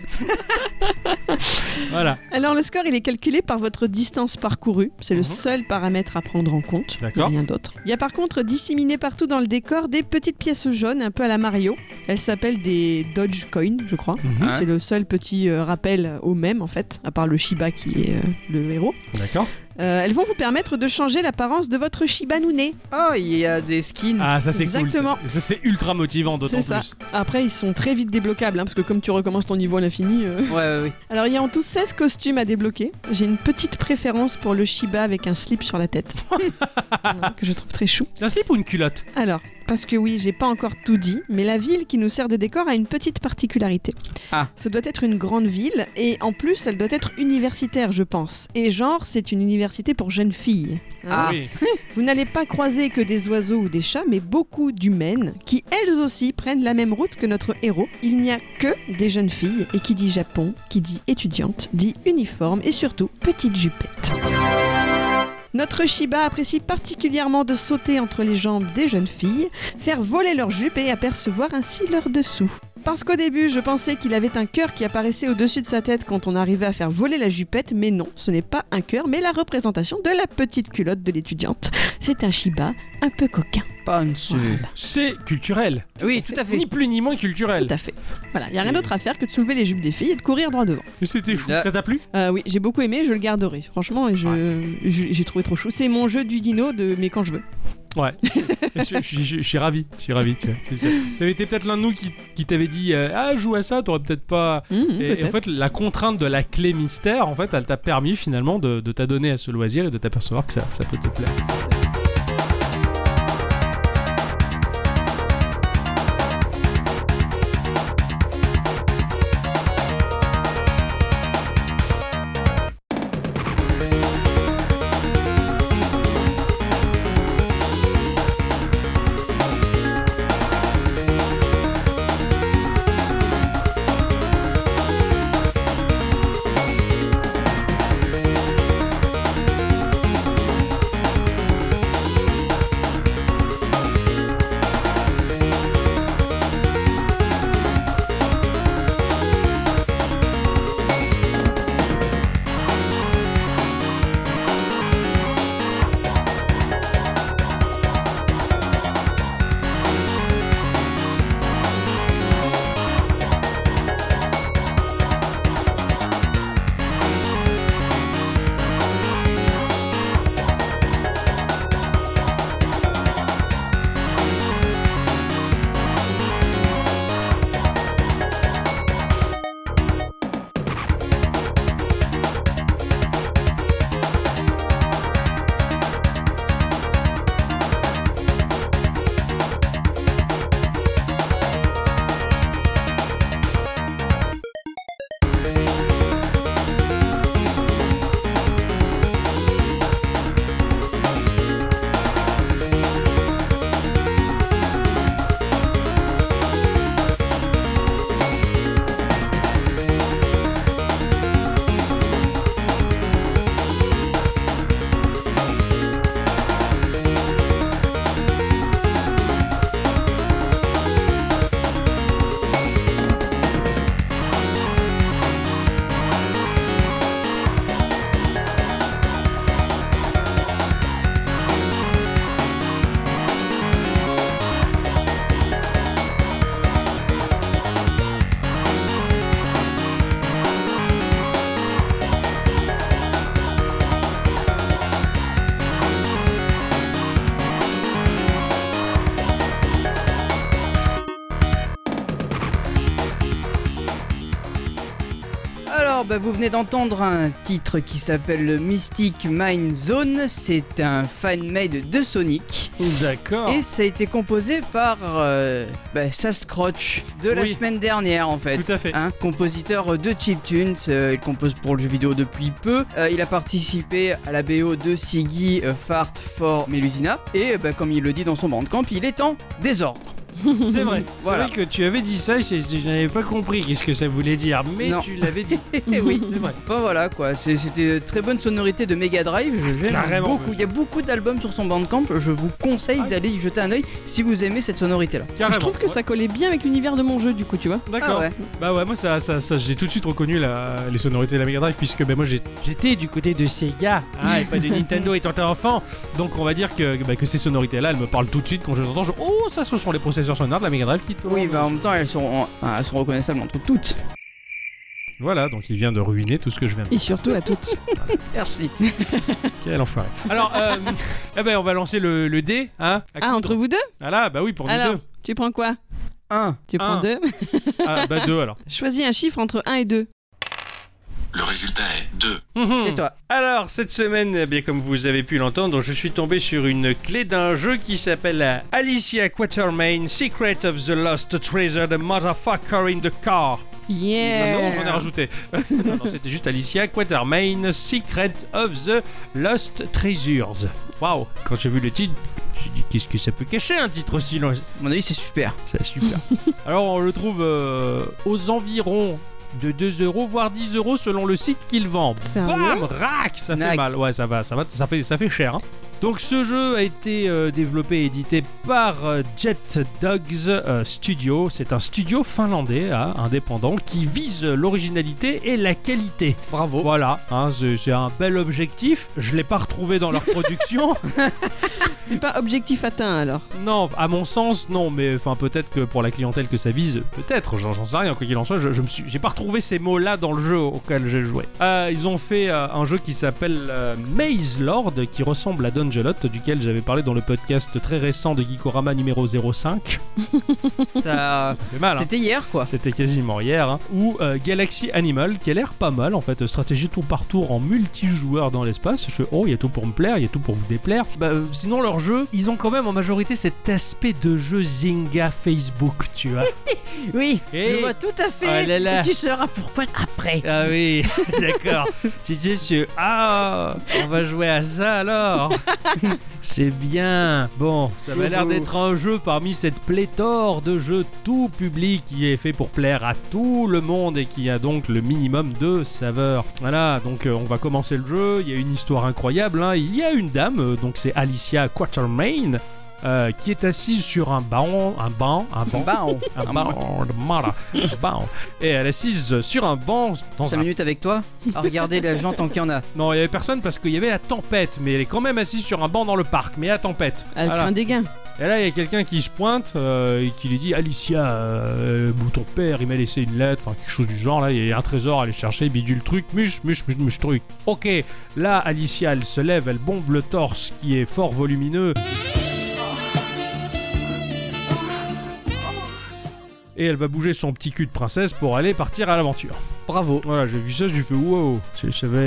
Speaker 2: Voilà.
Speaker 4: Alors le score, il est calculé par votre distance parcourue. C'est le
Speaker 2: Mhm.
Speaker 4: seul paramètre à prendre en compte.
Speaker 2: D'accord.
Speaker 4: Il y a Rien d'autre. Il y a par contre disséminé partout dans le décor des petites pièces jaunes, un peu à la Mario. Elles s'appellent des Dodge Coins, je crois.
Speaker 2: Mhm.
Speaker 1: Ah.
Speaker 4: C'est le seul petit euh, rappel au même en fait, à part le Shiba qui est euh, le héros.
Speaker 2: D'accord.
Speaker 4: Euh, elles vont vous permettre de changer l'apparence de votre Shiba Nouné.
Speaker 1: Oh, il y a des skins.
Speaker 2: Ah, ça c'est cool.
Speaker 4: Exactement.
Speaker 2: Ça, Ça, c'est ultra motivant d'autant
Speaker 4: C'est ça.
Speaker 2: plus.
Speaker 4: Après, ils sont très vite débloquables, hein, parce que comme tu recommences ton niveau à l'infini. euh,
Speaker 1: Ouais, ouais, ouais.
Speaker 4: Alors il y a en tout 16 costumes à débloquer. J'ai une petite préférence pour le Shiba avec un slip sur la tête, que je trouve très chou.
Speaker 2: C'est un slip ou une culotte
Speaker 4: Alors, Parce que oui, j'ai pas encore tout dit, mais la ville qui nous sert de décor a une petite particularité.
Speaker 1: Ah.
Speaker 4: Ce doit être une grande ville, et en plus, elle doit être universitaire, je pense. Et genre, c'est une université pour jeunes filles.
Speaker 1: Ah.
Speaker 2: Oui.
Speaker 4: Vous n'allez pas croiser que des oiseaux ou des chats, mais beaucoup d'humaines qui elles aussi prennent la même route que notre héros. Il n'y a que des jeunes filles, et qui dit Japon, qui dit étudiante, dit uniforme et surtout petite jupette. Notre Shiba apprécie particulièrement de sauter entre les jambes des jeunes filles, faire voler leurs jupes et apercevoir ainsi leur dessous. Parce qu'au début, je pensais qu'il avait un cœur qui apparaissait au-dessus de sa tête quand on arrivait à faire voler la jupette, mais non, ce n'est pas un cœur, mais la représentation de la petite culotte de l'étudiante. C'est un Shiba un peu coquin.
Speaker 1: Pas une su-
Speaker 2: C'est culturel.
Speaker 1: Oui, tout à
Speaker 2: Ni
Speaker 1: fait.
Speaker 2: plus ni moins culturel.
Speaker 4: Tout à fait. Voilà, il n'y a
Speaker 2: C'est-
Speaker 4: rien d'autre à faire que de soulever les jupes des filles et de courir droit devant.
Speaker 2: C'était fou.
Speaker 1: Là-
Speaker 2: Ça t'a plu
Speaker 4: Euh, oui, j'ai beaucoup aimé, je le garderai. Franchement, et je, je- j'ai trouvé trop chou. C'est mon jeu du dino, de, mais quand je veux.
Speaker 2: Ouais. je, je- je- je suis ravi. Je suis ravi. Tu vois. C'est ça. Ça avait été peut-être l'un de nous qui, qui t'avait dit euh, Ah, joue à ça, t'aurais peut-être pas.
Speaker 1: Mmh,
Speaker 4: Hum,
Speaker 2: Et- Et,
Speaker 4: peut-être.
Speaker 2: en fait, la contrainte de la clé mystère, en fait, elle t'a permis finalement de, de t'adonner à ce loisir et de t'apercevoir que ça, ça peut te plaire.
Speaker 1: Alors, bah, vous venez d'entendre un titre qui s'appelle le Mystic Mind Zone. C'est un fan-made de Sonic.
Speaker 2: D'accord.
Speaker 1: Et ça a été composé par euh, bah, Sasquatch de la
Speaker 2: Oui.
Speaker 1: semaine dernière en fait.
Speaker 2: Tout à fait.
Speaker 1: Hein, compositeur de chiptunes, euh, il compose pour le jeu vidéo depuis peu. Euh, il a participé à la BO de Siggy euh, Fart for Melusina. Et euh, bah, comme il le dit dans son bandcamp, il est en désordre.
Speaker 2: C'est vrai. C'est
Speaker 1: Voilà.
Speaker 2: vrai que tu avais dit ça et c'est- je n'avais pas compris qu'est-ce que ça voulait dire, mais
Speaker 1: Non.
Speaker 2: tu l'avais dit.
Speaker 1: Eh oui.
Speaker 2: C'est vrai.
Speaker 1: Enfin voilà quoi, C'est- c'était très bonne sonorité de Mega Drive. Je- j'aime
Speaker 2: Carrément,
Speaker 1: beaucoup.
Speaker 2: monsieur.
Speaker 1: Il y a beaucoup d'albums sur son bandcamp. Je vous conseille
Speaker 2: Ah.
Speaker 1: d'aller y jeter un oeil si vous aimez cette sonorité là.
Speaker 2: Carrément.
Speaker 4: je trouve que
Speaker 2: Ouais.
Speaker 4: ça collait bien avec l'univers de mon jeu, du coup, tu vois.
Speaker 2: D'accord.
Speaker 1: Ah ouais.
Speaker 2: Bah ouais, moi ça, ça, ça j'ai tout de suite reconnu la- les sonorités de la Mega Drive puisque bah, moi j'ai- j'étais du côté de Sega hein, et pas de Nintendo étant un enfant. Donc on va dire que, bah, que ces sonorités là, elles me parlent tout de suite quand je les entends. Je... Oh, ça ce sont les processeurs sonores de la Mega Drive qui tournent.
Speaker 1: Oui, bah en même temps elles sont, enfin, elles sont reconnaissables entre toutes.
Speaker 2: Voilà, donc il vient de ruiner tout ce que je viens de
Speaker 4: Et surtout à toutes.
Speaker 1: Merci.
Speaker 2: Quel enfoiré. Alors, euh, eh ben, on va lancer le, le dé, hein à
Speaker 4: ah,
Speaker 2: coudre.
Speaker 4: entre vous deux
Speaker 2: Voilà, bah oui, pour nous
Speaker 4: Alors,
Speaker 2: deux.
Speaker 4: tu prends quoi
Speaker 1: 1.
Speaker 4: Tu prends
Speaker 2: Un.
Speaker 4: deux.
Speaker 2: Ah, bah deux alors.
Speaker 4: Choisis un chiffre entre 1 et 2.
Speaker 7: Le résultat est 2. 2.
Speaker 2: Mhm.
Speaker 1: C'est toi.
Speaker 2: Alors, cette semaine, eh bien, comme vous avez pu l'entendre, je suis tombé sur une clé d'un jeu qui s'appelle euh, Alicia Quatermain Secret of the Lost Treasure The Motherfucker in the Car.
Speaker 4: Yeah.
Speaker 2: Non, non, j'en ai rajouté. non, non, c'était juste Alicia Quatermain Secret of the Lost Treasures. Waouh, quand j'ai vu le titre, j'ai dit qu'est-ce que ça peut cacher un titre aussi long
Speaker 1: À mon avis, c'est super.
Speaker 2: c'est super. Alors on le trouve euh, aux environs de 2 euros voire 10 euros selon le site qu'il vend.
Speaker 4: C'est un
Speaker 2: Bam, rack, ça fait
Speaker 1: Nac.
Speaker 2: mal. Ouais, ça va, ça va, ça fait, ça fait cher. hein. Donc ce jeu a été euh, développé et édité par euh, Jet Dogs euh, Studio. C'est un studio finlandais hein, indépendant qui vise l'originalité et la qualité. Bravo. Voilà, hein, c'est c'est un bel objectif. Je l'ai pas retrouvé dans leur production.
Speaker 4: C'est pas objectif atteint alors.
Speaker 2: Non, à mon sens, non, mais enfin peut-être que pour la clientèle que ça vise, peut-être, j'en j'en sais rien, quoi qu'il en soit, je, je me suis, j'ai pas retrouvé ces mots-là dans le jeu auquel j'ai joué. Euh, ils ont fait euh, un jeu qui s'appelle euh, Maze Lord, qui ressemble à Dungelot, duquel j'avais parlé dans le podcast très récent de Geekorama numéro 05.
Speaker 1: Ça.
Speaker 2: C'est mal, hein.
Speaker 1: C'était hier, quoi.
Speaker 2: C'était quasiment hier. hein. Ou euh, Galaxy Animal, qui a l'air pas mal en fait. euh, Stratégie tour par tour en multijoueur dans l'espace. Je fais, oh, il y a tout pour me plaire, il y a tout pour vous déplaire. Bah, euh, sinon, leurs jeux, ils ont quand même en majorité cet aspect de jeu Zynga Facebook, tu vois.
Speaker 1: Oui,
Speaker 2: Et-
Speaker 1: je vois tout à fait.
Speaker 2: Oh là là.
Speaker 1: Et Tu sauras pourquoi après.
Speaker 2: ah oui, d'accord. Si tu sais, ah, on va jouer à ça alors. C'est bien. Bon, ça m'a l'air d'être un jeu parmi cette pléthore de jeux tout public qui est fait pour plaire à tout le monde et qui a donc le minimum de saveur. Voilà, donc euh, on va commencer le jeu. Il y a une histoire incroyable. hein. Il y a une dame, euh, donc c'est Alicia Quatermain, euh, qui est assise sur un banc, un banc, un banc.
Speaker 1: Bah, on.
Speaker 2: Un banc, voilà, un banc. Et elle est assise sur un banc dans
Speaker 1: 5
Speaker 2: un
Speaker 1: minutes avec toi à regarder la gens tant qu'il y en a.
Speaker 2: non, il y avait personne parce qu'il y avait la tempête, mais elle est quand même assise sur un banc dans le parc, mais à tempête.
Speaker 4: Elle
Speaker 2: Voilà.
Speaker 4: craint des gains.
Speaker 2: Et là, il y a quelqu'un qui se pointe euh, et qui lui dit Alicia, euh, bouton père, il m'a laissé une lettre, enfin quelque chose du genre. Là, il y a un trésor à aller chercher, bidule truc, muche, muche, muche, muche truc. Ok, là, Alicia, elle se lève, elle bombe le torse qui est fort volumineux. Et elle va bouger son petit cul de princesse pour aller partir à l'aventure. Bravo. Voilà, j'ai vu ça, j'ai fait wow. Ça ça va.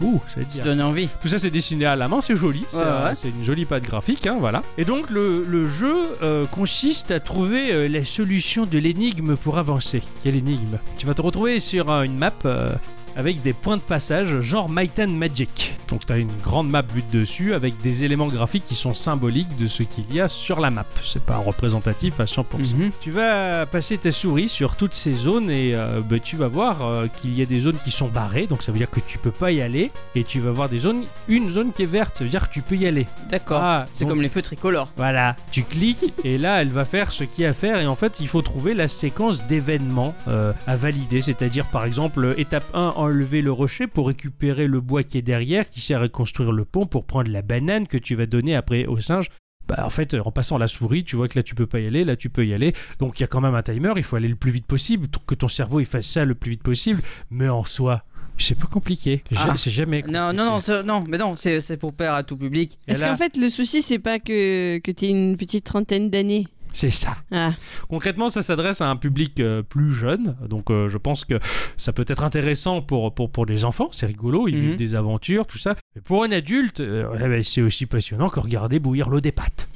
Speaker 2: Ouh, ça va être
Speaker 1: Ça
Speaker 2: bien.
Speaker 1: donne envie.
Speaker 2: Tout ça c'est dessiné à la main, c'est joli, c'est
Speaker 1: Ouais,
Speaker 2: euh,
Speaker 1: ouais.
Speaker 2: c'est une jolie patte graphique, hein, voilà. Et donc le, le jeu euh, consiste à trouver euh, la solution de l'énigme pour avancer. Quelle énigme Tu vas te retrouver sur euh, une map euh, avec des points de passage genre Might and Magic. Donc tu as une grande map vue de dessus avec des éléments graphiques qui sont symboliques de ce qu'il y a sur la map. C'est pas représentatif à 100%.
Speaker 1: Mhm.
Speaker 2: Tu vas passer ta souris sur toutes ces zones et euh, bah, tu vas voir euh, qu'il y a des zones qui sont barrées, donc ça veut dire que tu peux pas y aller. Et tu vas voir des zones, une zone qui est verte, ça veut dire que tu peux y aller.
Speaker 1: D'accord.
Speaker 2: Ah,
Speaker 1: c'est
Speaker 2: donc,
Speaker 1: comme les feux tricolores.
Speaker 2: Voilà, tu cliques et là elle va faire ce qu'il y a à faire et en fait il faut trouver la séquence d'événements euh, à valider, c'est-à-dire par exemple étape 1 enlever le rocher pour récupérer le bois qui est derrière qui sert à construire le pont pour prendre la banane que tu vas donner après au singe. Bah, en fait, en passant la souris, tu vois que là tu peux pas y aller, là tu peux y aller. Donc il y a quand même un timer, il faut aller le plus vite possible, que ton cerveau il fasse ça le plus vite possible. Mais en soi, c'est pas compliqué. Ja-
Speaker 1: Ah.
Speaker 2: C'est jamais compliqué.
Speaker 1: Non, non, non, ça- non, mais non, c'est c'est pour plaire à tout public.
Speaker 2: Et
Speaker 4: Est-ce
Speaker 2: là,
Speaker 4: qu'en fait le souci c'est pas que que t'aies une petite trentaine d'années
Speaker 2: c'est ça.
Speaker 4: Ah.
Speaker 2: Concrètement, ça s'adresse à un public euh, plus jeune, donc euh, je pense que ça peut être intéressant pour, pour, pour les enfants, c'est rigolo, ils
Speaker 1: Mhm.
Speaker 2: vivent des aventures, tout ça. Mais pour un adulte, euh, eh ben, c'est aussi passionnant que regarder bouillir l'eau des pâtes.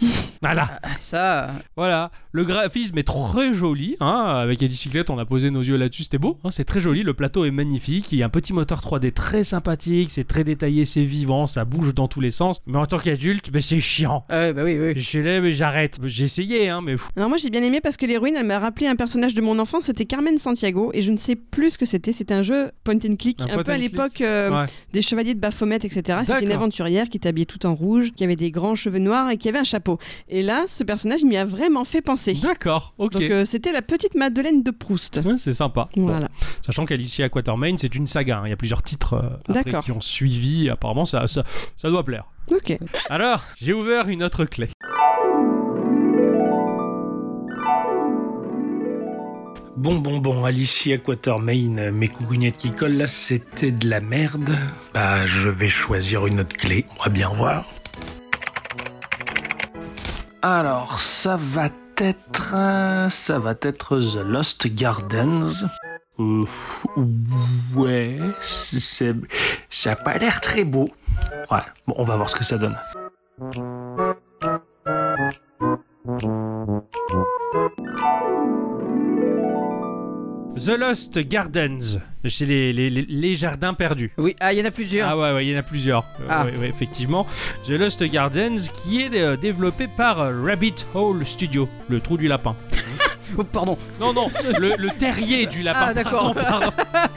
Speaker 2: voilà.
Speaker 1: Ça, euh,
Speaker 2: Voilà, le graphisme est très joli. Hein. Avec les bicyclettes, on a posé nos yeux là-dessus, c'était beau. hein, C'est très joli, le plateau est magnifique. Il y a un petit moteur 3D très sympathique, c'est très détaillé, c'est vivant, ça bouge dans tous les sens. Mais en tant qu'adulte, ben, c'est chiant.
Speaker 1: ah ouais, bah oui, oui.
Speaker 2: Je suis là, mais j'arrête. J'ai essayé, hein, mais pff,
Speaker 4: Alors moi j'ai bien aimé parce que l'héroïne elle m'a rappelé un personnage de mon enfance, c'était Carmen Santiago et je ne sais plus ce que c'était, c'était un jeu point and click,
Speaker 2: Un
Speaker 4: un,
Speaker 2: point
Speaker 4: peu
Speaker 2: and
Speaker 4: à
Speaker 2: click.
Speaker 4: l'époque euh,
Speaker 2: Ouais.
Speaker 4: des chevaliers de Baphomet etc. C'était une
Speaker 2: D'accord.
Speaker 4: aventurière qui était habillée tout en rouge, qui avait des grands cheveux noirs et qui avait un chapeau. Et là ce personnage m'y a vraiment fait penser.
Speaker 2: d'accord, ok.
Speaker 4: Donc euh, c'était la petite Madeleine de Proust.
Speaker 2: Ouais, c'est sympa. Bon.
Speaker 4: Voilà.
Speaker 2: Sachant qu'Alicia Quatermain, c'est une saga. hein. Il y a plusieurs titres euh, après
Speaker 4: D'accord.
Speaker 2: qui ont suivi. Apparemment, ça, ça, ça doit plaire.
Speaker 4: Ok.
Speaker 2: Alors, j'ai ouvert une autre clé. Bon, bon, bon, Alicia Quatermain, mes courignettes qui collent là, c'était de la merde. Bah, je vais choisir une autre clé, on va bien voir.
Speaker 7: Alors, ça va être. euh, Ça va être The Lost Gardens. Euh, ouais, c'est- c'est Ça a pas l'air très beau. Ouais, bon, on va voir ce que ça donne.
Speaker 2: The Lost Gardens, c'est les, les- les- les jardins perdus.
Speaker 1: Oui, ah, il y en a plusieurs.
Speaker 2: Ah ouais, ouais, il y en a plusieurs. Euh,
Speaker 1: Ah.
Speaker 2: ouais, ouais, effectivement. The Lost Gardens qui est euh, développé par euh, Rabbit Hole Studio, le trou du lapin.
Speaker 1: Oh, pardon.
Speaker 2: Non, non, le, le terrier du lapin.
Speaker 1: Ah, d'accord.
Speaker 2: Oh, Pardon, pardon.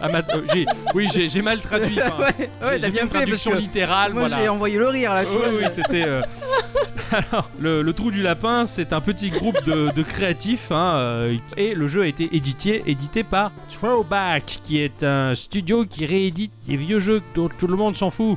Speaker 2: Ah, ma- euh, j'ai- oui, j'ai j'ai mal traduit. enfin,
Speaker 1: ouais,
Speaker 2: j'ai-
Speaker 1: ouais,
Speaker 2: j'ai
Speaker 1: t'as bien
Speaker 2: une
Speaker 1: fait parce
Speaker 2: traduction
Speaker 1: que
Speaker 2: littérale.
Speaker 1: moi
Speaker 2: voilà.
Speaker 1: j'ai envoyé le rire là. Tu
Speaker 2: Oui,
Speaker 1: vois,
Speaker 2: oui, c'était. euh, Alors, le, le Trou du Lapin, c'est un petit groupe de, de créatifs. hein, euh, et le jeu a été édité, édité par Throwback, qui est un studio qui réédite les vieux jeux dont tout le monde s'en fout.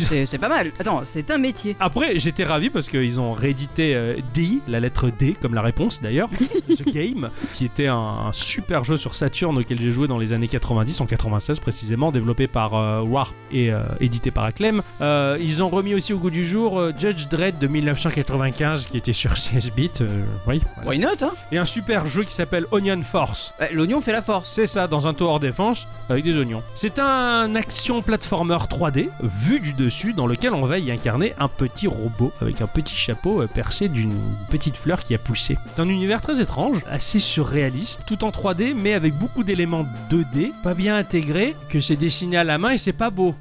Speaker 1: C'est c'est pas mal. Attends, c'est un métier.
Speaker 2: Après, j'étais ravi parce qu'ils ont réédité euh, D, la lettre D, comme la réponse d'ailleurs, The Game, qui était un, un super jeu sur Saturn auquel j'ai joué dans les années 90, en 96 précisément, développé par euh, Warp et euh, édité par Acclaim. Euh, ils ont remis aussi au goût du jour euh, Judge Dredd de 1995, qui était sur 16 bits, euh, oui. voilà.
Speaker 1: Why not hein
Speaker 2: Et un super jeu qui s'appelle Onion Force.
Speaker 1: Ouais, L'oignon fait la force.
Speaker 2: C'est ça, dans un tour hors défense avec des oignons. C'est un action platformer 3D, vu du dessus, dans lequel on va y incarner un petit robot avec un petit chapeau euh, percé d'une petite fleur qui a poussé. C'est un univers très étrange, assez surréaliste, tout en 3D, mais avec beaucoup d'éléments 2D, pas bien intégrés, que c'est dessiné à la main et c'est pas beau.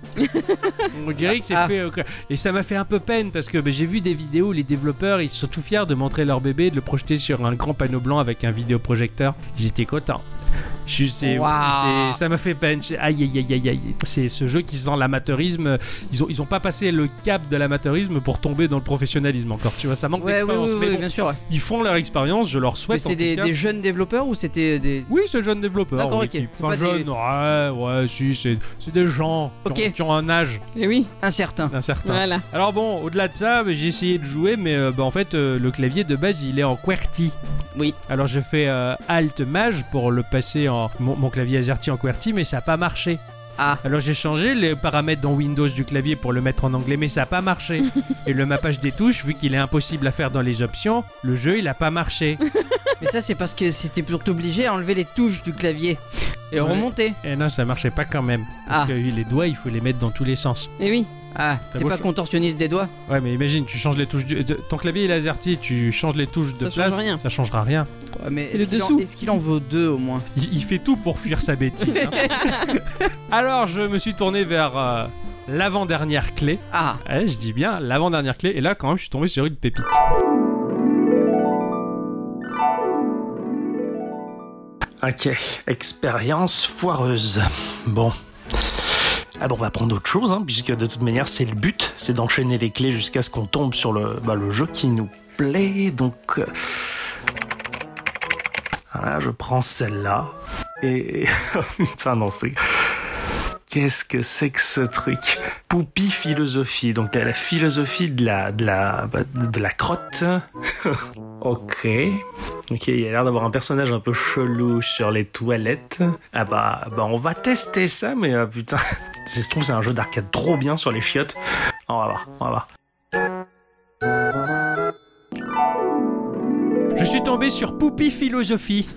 Speaker 2: on dirait que c'est
Speaker 1: Ah.
Speaker 2: fait. euh, quoi. Et ça m'a fait un peu peine parce que bah, j'ai vu des vidéos où les développeurs ils sont tout fiers de montrer leur bébé, de le projeter sur un grand panneau blanc avec un vidéoprojecteur. J'étais content. Je sais,
Speaker 1: Waouh.
Speaker 2: c'est- ça m'a fait peine. J'ai- Aïe, aïe, aïe, aïe, aïe. C'est ce jeu qui sent l'amateurisme. Ils ont, ils ont pas passé le cap de l'amateurisme pour tomber dans le professionnalisme encore. Tu vois, ça manque
Speaker 1: Ouais, oui,
Speaker 2: d'expérience.
Speaker 1: oui,
Speaker 2: mais
Speaker 1: oui,
Speaker 2: bon,
Speaker 1: bien sûr. ouais.
Speaker 2: ils font leur expérience, je leur
Speaker 1: Mais
Speaker 2: souhaite. en
Speaker 1: c'était
Speaker 2: tout
Speaker 1: des,
Speaker 2: cas.
Speaker 1: des jeunes développeurs ou c'était des.
Speaker 2: Oui, c'est jeune développeur.
Speaker 1: D'accord,
Speaker 2: oui,
Speaker 1: ok.
Speaker 2: qui-
Speaker 1: C'est pas
Speaker 2: Enfin, jeune,
Speaker 1: des-
Speaker 2: ouais, ouais, si, c'est c'est des gens qui ont-
Speaker 1: Ok.
Speaker 2: qui ont un âge
Speaker 4: Et oui,
Speaker 1: incertains
Speaker 2: d'un certain.
Speaker 4: voilà.
Speaker 2: Alors bon, au-delà de ça, bah, j'ai essayé de jouer, mais euh, bah, en fait, euh, le clavier de base, il est en QWERTY.
Speaker 1: Oui.
Speaker 2: Alors j'ai fait euh, Alt Maj pour le passer en mon, mon clavier AZERTY en QWERTY, mais ça n'a pas marché.
Speaker 1: Ah.
Speaker 2: Alors j'ai changé les paramètres dans Windows du clavier pour le mettre en anglais, mais ça n'a pas marché. Et le mappage des touches, vu qu'il est impossible à faire dans les options, le jeu, il n'a pas marché.
Speaker 1: Mais ça, c'est parce que c'était plutôt obligé à enlever les touches du clavier et
Speaker 2: Ouais.
Speaker 1: remonter.
Speaker 2: Et Eh non, ça marchait pas quand même. Parce
Speaker 1: Ah.
Speaker 2: que les doigts, il faut les mettre dans tous les sens.
Speaker 4: Et oui.
Speaker 1: Ah,
Speaker 2: T'as
Speaker 1: t'es
Speaker 2: beau
Speaker 1: pas
Speaker 2: ch-
Speaker 1: contorsionniste des doigts
Speaker 2: Ouais, mais imagine, tu changes les touches du... de- Ton clavier, il est AZERTY, tu changes les touches de
Speaker 4: Ça change
Speaker 2: place,
Speaker 4: rien.
Speaker 2: ça changera rien.
Speaker 1: Ouais, mais
Speaker 4: C'est
Speaker 1: est-ce
Speaker 4: le
Speaker 1: qu'il en-
Speaker 4: dessous.
Speaker 1: Est-ce qu'il en vaut deux au moins
Speaker 2: Il, il fait tout pour fuir sa bêtise. hein. Alors je me suis tourné vers euh, l'avant-dernière clé.
Speaker 1: Ah,
Speaker 2: Ouais, je dis bien l'avant-dernière clé. Et là, quand même, je suis tombé sur une pépite.
Speaker 7: Ok, expérience foireuse. Bon. Ah bon, on va prendre autre chose, hein, puisque de toute manière, c'est le but, c'est d'enchaîner les clés jusqu'à ce qu'on tombe sur le, bah, le jeu qui nous plaît. Donc. euh, Voilà, je prends celle-là. Et. Putain, non, c'est. Qu'est-ce que c'est que ce truc Poupie philosophie, donc la, la philosophie de la, de la, bah, de la crotte. ok. Ok, il y a l'air d'avoir un personnage un peu chelou sur les toilettes. Ah bah, bah on va tester ça, mais euh, putain, si se trouve c'est un jeu d'arcade trop bien sur les chiottes. On va voir, on va voir.
Speaker 2: Je suis tombé sur Poupie Philosophie.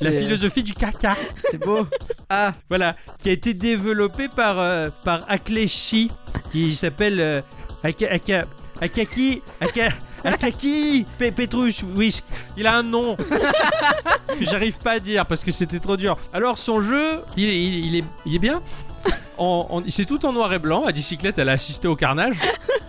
Speaker 2: La philosophie du caca.
Speaker 1: c'est beau. Ah,
Speaker 2: Voilà, qui a été développée par, euh, par Akleshi, qui s'appelle euh, Aka- Aka- Akaki. Aka- Akaki Pe- Petrus, oui, c- il a un nom que j'arrive pas à dire parce que c'était trop dur. Alors son jeu, il est, il, il est, il est bien. En- en- C'est tout en noir et blanc. À bicyclette, elle a assisté au carnage.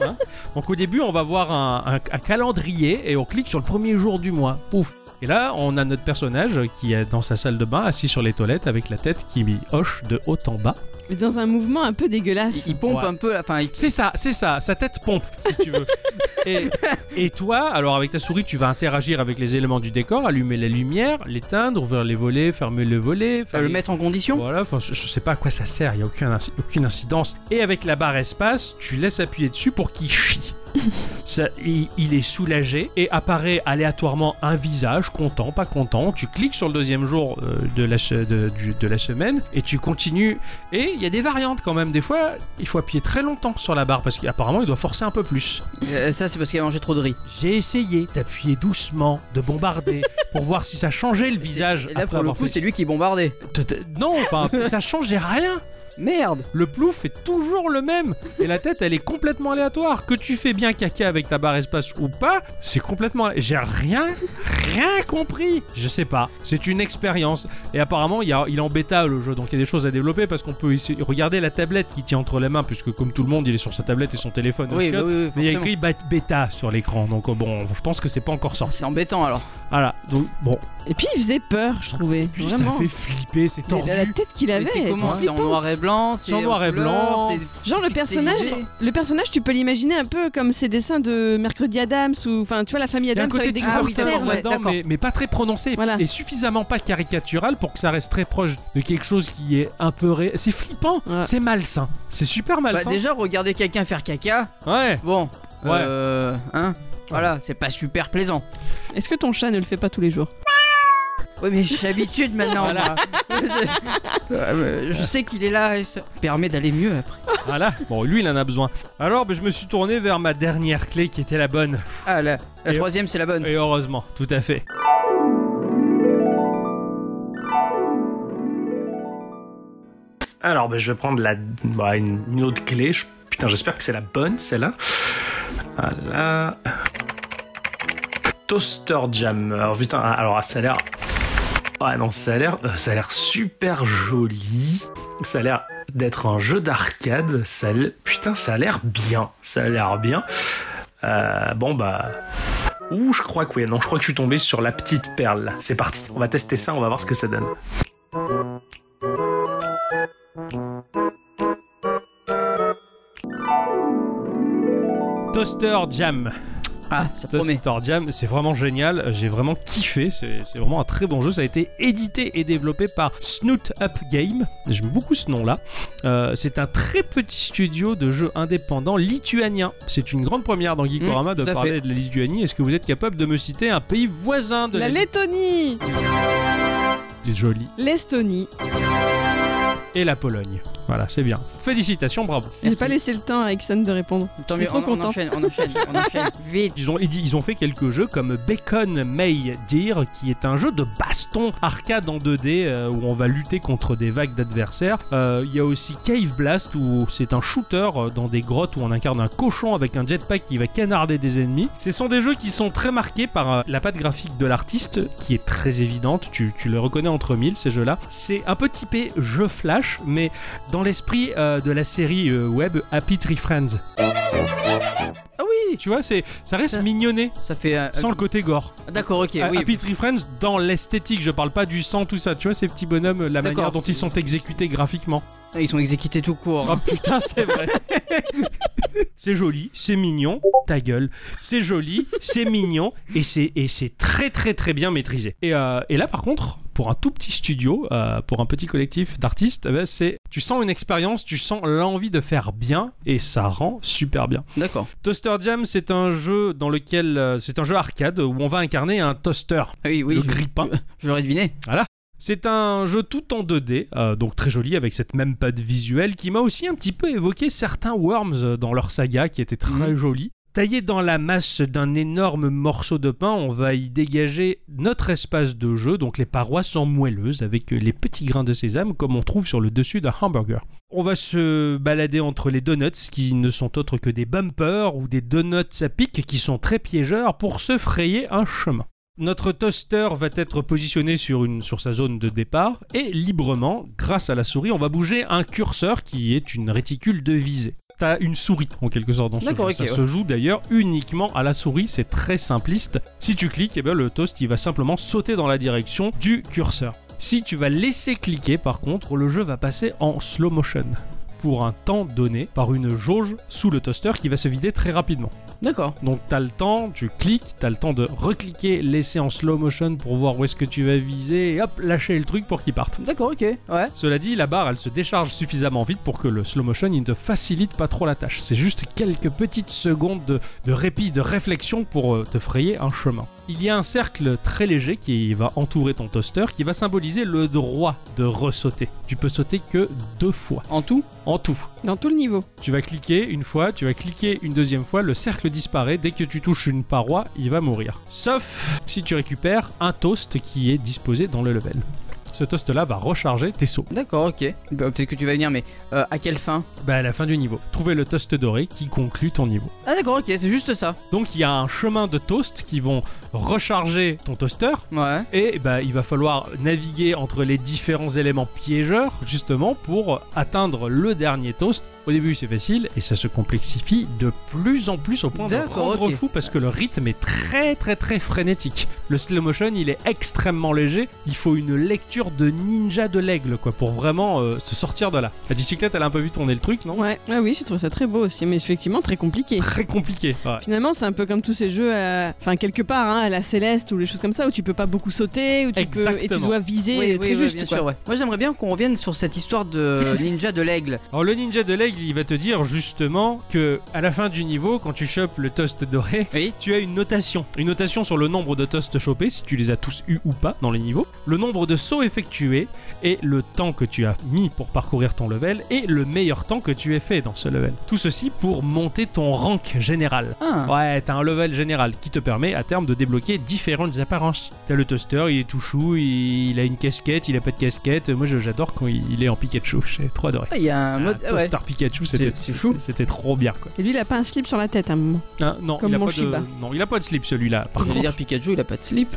Speaker 2: hein. Donc au début, on va voir un, un- un calendrier et on clique sur le premier jour du mois. Pouf. Et là, on a notre personnage qui est dans sa salle de bain, assis sur les toilettes, avec la tête qui hoche de haut en bas.
Speaker 4: Mais dans un mouvement un peu dégueulasse.
Speaker 1: il pompe
Speaker 2: Ouais.
Speaker 1: un peu, là. enfin, il-
Speaker 2: C'est ça, c'est ça, sa tête pompe, si tu veux. et, et toi, alors avec ta souris, tu vas interagir avec les éléments du décor, allumer la lumière, l'éteindre, ouvrir les volets, fermer le volet,
Speaker 1: faut Euh, le
Speaker 2: fermer-
Speaker 1: mettre en condition.
Speaker 2: Voilà, enfin, je, je sais pas à quoi ça sert, il n'y a aucun inci- aucune incidence. Et avec la barre espace, tu laisses appuyer dessus pour qu'il chie. Ça, il, il est soulagé et apparaît aléatoirement un visage, content, pas content. Tu cliques sur le deuxième jour euh, de, la, se- de, du- de la semaine et tu continues. Et il y a des variantes quand même. Des fois, il faut appuyer très longtemps sur la barre parce qu'apparemment, il doit forcer un peu plus.
Speaker 1: Euh, ça, c'est parce qu'il a mangé trop de riz.
Speaker 2: J'ai essayé d'appuyer doucement, de bombarder pour voir si ça changeait le visage.
Speaker 1: Et là,
Speaker 2: après
Speaker 1: pour le
Speaker 2: avoir
Speaker 1: coup,
Speaker 2: fait-
Speaker 1: c'est lui qui est bombardé.
Speaker 2: Te- te- Non, enfin, ça changeait rien.
Speaker 1: Merde
Speaker 2: Le plouf est toujours le même et la tête elle est complètement aléatoire. Que tu fais bien caca avec ta barre espace ou pas, c'est complètement. J'ai rien, rien compris. Je sais pas. C'est une expérience et apparemment il, y a- il est en bêta le jeu donc il y a des choses à développer parce qu'on peut essayer... regarder la tablette qui tient entre les mains puisque comme tout le monde il est sur sa tablette et son téléphone.
Speaker 1: Oui,
Speaker 2: Donc,
Speaker 1: bah oui, oui,
Speaker 2: Mais il y a
Speaker 1: forcément.
Speaker 2: écrit bat- bêta sur l'écran donc euh, bon je pense que c'est pas encore sorti.
Speaker 1: C'est embêtant alors.
Speaker 2: Voilà donc bon
Speaker 4: Et puis il faisait peur, je trouvais.
Speaker 2: puis
Speaker 4: Vraiment.
Speaker 2: ça fait flipper c'est
Speaker 4: Mais
Speaker 2: tordu.
Speaker 4: la, la tête qu'il
Speaker 1: Mais
Speaker 4: avait.
Speaker 1: c'est comment
Speaker 4: était
Speaker 1: C'est en noir et
Speaker 4: flippante.
Speaker 1: blanc
Speaker 2: C'est en noir et
Speaker 1: couleur,
Speaker 2: blanc.
Speaker 1: c'est- c'est
Speaker 4: Genre
Speaker 1: Bah,
Speaker 4: le personnage,
Speaker 1: pixelisé.
Speaker 4: le personnage, tu peux l'imaginer un peu comme ces dessins de Mercredi Adams ou enfin tu vois la famille
Speaker 2: Il y a un
Speaker 4: Adams
Speaker 2: côté
Speaker 4: avec des
Speaker 2: Tim
Speaker 1: Ah
Speaker 4: gros
Speaker 1: oui,
Speaker 2: Burton
Speaker 1: cernes,
Speaker 4: cernes.
Speaker 1: ouais,
Speaker 2: là-dedans,
Speaker 1: d'accord.
Speaker 2: mais, mais pas très prononcé
Speaker 4: Voilà.
Speaker 2: et suffisamment pas caricatural pour que ça reste très proche de quelque chose qui est un peu ré... C'est flippant,
Speaker 4: Ouais.
Speaker 2: c'est malsain, c'est super
Speaker 1: Bah,
Speaker 2: malsain.
Speaker 1: déjà, regarder quelqu'un faire caca,
Speaker 2: Ouais.
Speaker 1: bon.
Speaker 2: Ouais.
Speaker 1: Euh, hein Voilà, c'est pas super plaisant.
Speaker 4: Est-ce que ton chat ne le fait pas tous les jours
Speaker 1: Oui, mais j'ai l'habitude maintenant.
Speaker 2: Voilà.
Speaker 1: moi. Je- euh, je sais qu'il est là et ça permet d'aller mieux après.
Speaker 2: Voilà. Bon, lui, il en a besoin. Alors, ben, je me suis tourné vers ma dernière clé qui était la bonne.
Speaker 1: Ah, la, la
Speaker 2: Et-
Speaker 1: troisième, c'est la bonne.
Speaker 2: Et heureusement, tout à fait.
Speaker 7: Alors, ben, je vais prendre la, bah, une, une autre clé. Je- putain, j'espère que c'est la bonne, celle-là. Voilà. Toaster Jammer. Putain, ah, alors, ça a l'air. Ouais, non, ça a l'air, euh, ça a l'air super joli. Ça a l'air d'être un jeu d'arcade. Ça, a l'air- putain, ça a l'air bien. Ça a l'air bien. Euh, bon, bah. Ouh, je crois que oui. Non, je crois que je suis tombé sur la petite perle. là. C'est parti. On va tester ça. On va voir ce que ça donne.
Speaker 2: Toaster Jam.
Speaker 1: Ah, ça promet.
Speaker 2: Toaster Jam, c'est vraiment génial. J'ai vraiment kiffé. C'est c'est vraiment un très bon jeu. Ça a été édité et développé par Snoot Up Game. J'aime beaucoup ce nom-là. Euh, c'est un très petit studio de jeux indépendants lituanien. C'est une grande première dans Geekorama
Speaker 1: Mm,
Speaker 2: de
Speaker 1: tout à
Speaker 2: parler de la Lituanie. Est-ce que vous êtes capable de me citer un pays voisin de
Speaker 4: La Lettonie,
Speaker 2: C'est joli.
Speaker 4: l'Estonie.
Speaker 2: Et la Pologne. Voilà, c'est bien. Félicitations, bravo.
Speaker 4: J'ai
Speaker 1: Merci.
Speaker 4: pas laissé le temps à Ixon de répondre.
Speaker 1: Tant
Speaker 4: J'étais
Speaker 1: mieux,
Speaker 4: trop
Speaker 1: on, on
Speaker 4: contente.
Speaker 1: enchaîne, on enchaîne, on enchaîne. Vite.
Speaker 2: Ils ont, ils ont fait quelques jeux comme Bacon May Deer, qui est un jeu de baston arcade en 2D euh, où on va lutter contre des vagues d'adversaires. Euh, Il y a aussi Cave Blast où c'est un shooter euh, dans des grottes où on incarne un cochon avec un jetpack qui va canarder des ennemis. Ce sont des jeux qui sont très marqués par euh, la patte graphique de l'artiste qui est très évidente. Tu, tu le reconnais entre mille ces jeux-là. C'est un peu typé jeu flash, mais dans l'esprit euh, de la série euh, web Happy Tree Friends.
Speaker 1: Ah oui
Speaker 2: Tu vois, c'est ça reste
Speaker 1: Ça-
Speaker 2: mignonné
Speaker 1: Ça fait. euh,
Speaker 2: sans le côté gore.
Speaker 1: ah, D'accord, ok,
Speaker 2: À-
Speaker 1: oui.
Speaker 2: Happy Tree Friends dans l'esthétique, je parle pas du sang, tout ça. Tu vois ces petits bonhommes, la
Speaker 1: D'accord.
Speaker 2: manière dont ils sont exécutés graphiquement.
Speaker 1: Ah, Ils sont exécutés tout court.
Speaker 2: Oh putain, c'est vrai. C'est joli, c'est mignon, ta gueule. C'est joli, c'est mignon et c'est et c'est très très très bien maîtrisé. Et, euh, et là par contre, pour un tout petit studio, euh, pour un petit collectif d'artistes, eh ben, c'est tu sens une expérience, tu sens l'envie de faire bien et ça rend super bien.
Speaker 1: D'accord.
Speaker 2: Toaster Jam, c'est un jeu dans lequel euh, c'est un jeu arcade où on va incarner un toaster,
Speaker 1: Ah Oui, oui.
Speaker 2: le
Speaker 1: je-
Speaker 2: grippin.
Speaker 1: Je l'aurais deviné.
Speaker 2: C'est un jeu tout en 2D, euh, donc très joli avec cette même patte visuelle qui m'a aussi un petit peu évoqué certains Worms euh, dans leur saga qui était
Speaker 1: Mhm.
Speaker 2: très joli. Taillé dans la masse d'un énorme morceau de pain, on va y dégager notre espace de jeu, donc les parois sont moelleuses avec euh, les petits grains de sésame comme on trouve sur le dessus d'un hamburger. On va se balader entre les donuts qui ne sont autres que des bumpers ou des donuts à pic qui sont très piégeurs pour se frayer un chemin. Notre toaster va être positionné sur, une, sur sa zone de départ et librement, grâce à la souris, on va bouger un curseur qui est une réticule de visée. T'as une souris en quelque sorte dans ce jeu.
Speaker 1: D'accord,
Speaker 2: Ça
Speaker 1: ok, ouais.
Speaker 2: se joue d'ailleurs uniquement à la souris, c'est très simpliste. Si tu cliques, eh ben, le toast il va simplement sauter dans la direction du curseur. Si tu vas laisser cliquer par contre, le jeu va passer en slow motion pour un temps donné par une jauge sous le toaster qui va se vider très rapidement.
Speaker 1: D'accord.
Speaker 2: Donc t'as le temps, tu cliques, t'as le temps de recliquer, laisser en slow motion pour voir où est-ce que tu vas viser, et hop, lâcher le truc pour qu'il parte.
Speaker 1: D'accord, ok. Ouais.
Speaker 2: Cela dit, la barre, elle se décharge suffisamment vite pour que le slow motion, il ne te facilite pas trop la tâche. C'est juste quelques petites secondes de, de répit, de réflexion pour euh, te frayer un chemin. Il y a un cercle très léger qui va entourer ton toaster, qui va symboliser le droit de ressauter. Tu peux sauter que deux fois,
Speaker 1: En tout
Speaker 2: en tout.
Speaker 4: Dans tout le niveau.
Speaker 2: Tu vas cliquer une fois, tu vas cliquer une deuxième fois, le cercle disparaît, dès que tu touches une paroi, il va mourir. Sauf si tu récupères un toast qui est disposé dans le level. Ce toast-là va recharger tes sauts.
Speaker 1: D'accord, ok. Bah, Peut-être que tu vas venir, mais euh, à quelle fin
Speaker 2: Bah à la fin du niveau. Trouver le toast doré qui conclut ton niveau.
Speaker 1: Ah, d'accord, ok, c'est juste ça.
Speaker 2: Donc il y a un chemin de toast qui vont recharger ton toaster.
Speaker 1: Ouais.
Speaker 2: Et bah, il va falloir naviguer entre les différents éléments piégeurs justement pour atteindre le dernier toast. Au début c'est facile et ça se complexifie de plus en plus au point de
Speaker 1: D'accord,
Speaker 2: rendre
Speaker 1: ok.
Speaker 2: fou parce que le rythme est très très très frénétique. Le slow motion il est extrêmement léger. Il faut une lecture de ninja de l'aigle quoi pour vraiment euh, se sortir de là. La bicyclette elle a un peu vu tourner le truc non
Speaker 4: Ouais. Ah oui, j'ai trouvé ça très beau aussi, mais effectivement très compliqué.
Speaker 2: Très compliqué. Ouais.
Speaker 4: Finalement, c'est un peu comme tous ces jeux, à- enfin quelque part, hein, à la Céleste ou les choses comme ça, où tu peux pas beaucoup sauter, où tu peux- et tu
Speaker 2: Exactement.
Speaker 4: dois viser
Speaker 1: Oui,
Speaker 4: euh,
Speaker 1: oui,
Speaker 4: très
Speaker 1: oui,
Speaker 4: juste.
Speaker 1: bien
Speaker 4: quoi.
Speaker 1: sûr, ouais. Moi, j'aimerais bien qu'on revienne sur cette histoire de ninja de l'aigle.
Speaker 2: Alors le ninja de l'aigle, il va te dire justement que à la fin du niveau, quand tu chopes le toast doré,
Speaker 1: Oui.
Speaker 2: tu as une notation. Une notation sur le nombre de toasts chopés, si tu les as tous eus ou pas dans les niveaux, le nombre de sauts effectués et le temps que tu as mis pour parcourir ton level et le meilleur temps que tu aies fait dans ce level. Tout ceci pour monter ton rank général.
Speaker 1: Ah.
Speaker 2: Ouais, t'as un level général qui te permet à terme de débloquer différentes apparences. T'as le toaster, il est tout chou, il, il a une casquette, il a pas de casquette. Moi je- j'adore quand il, il est en Pikachu, j'ai trop adoré.
Speaker 1: Ah, Il y a un
Speaker 2: Ah,
Speaker 1: mode. ah, ouais.
Speaker 2: Toaster Pikachu,
Speaker 1: C'est-
Speaker 2: c'était
Speaker 1: c'est chou.
Speaker 2: c'était- c'était trop bien quoi.
Speaker 4: Et lui, il a pas un slip sur la tête hein. à un moment.
Speaker 2: Ah, non,
Speaker 4: Comme
Speaker 2: il a
Speaker 4: mon
Speaker 2: pas de,
Speaker 4: Shiba.
Speaker 2: non, il a pas de slip celui-là. Par
Speaker 1: J'allais
Speaker 2: contre,
Speaker 1: dire Pikachu, il a pas de slip.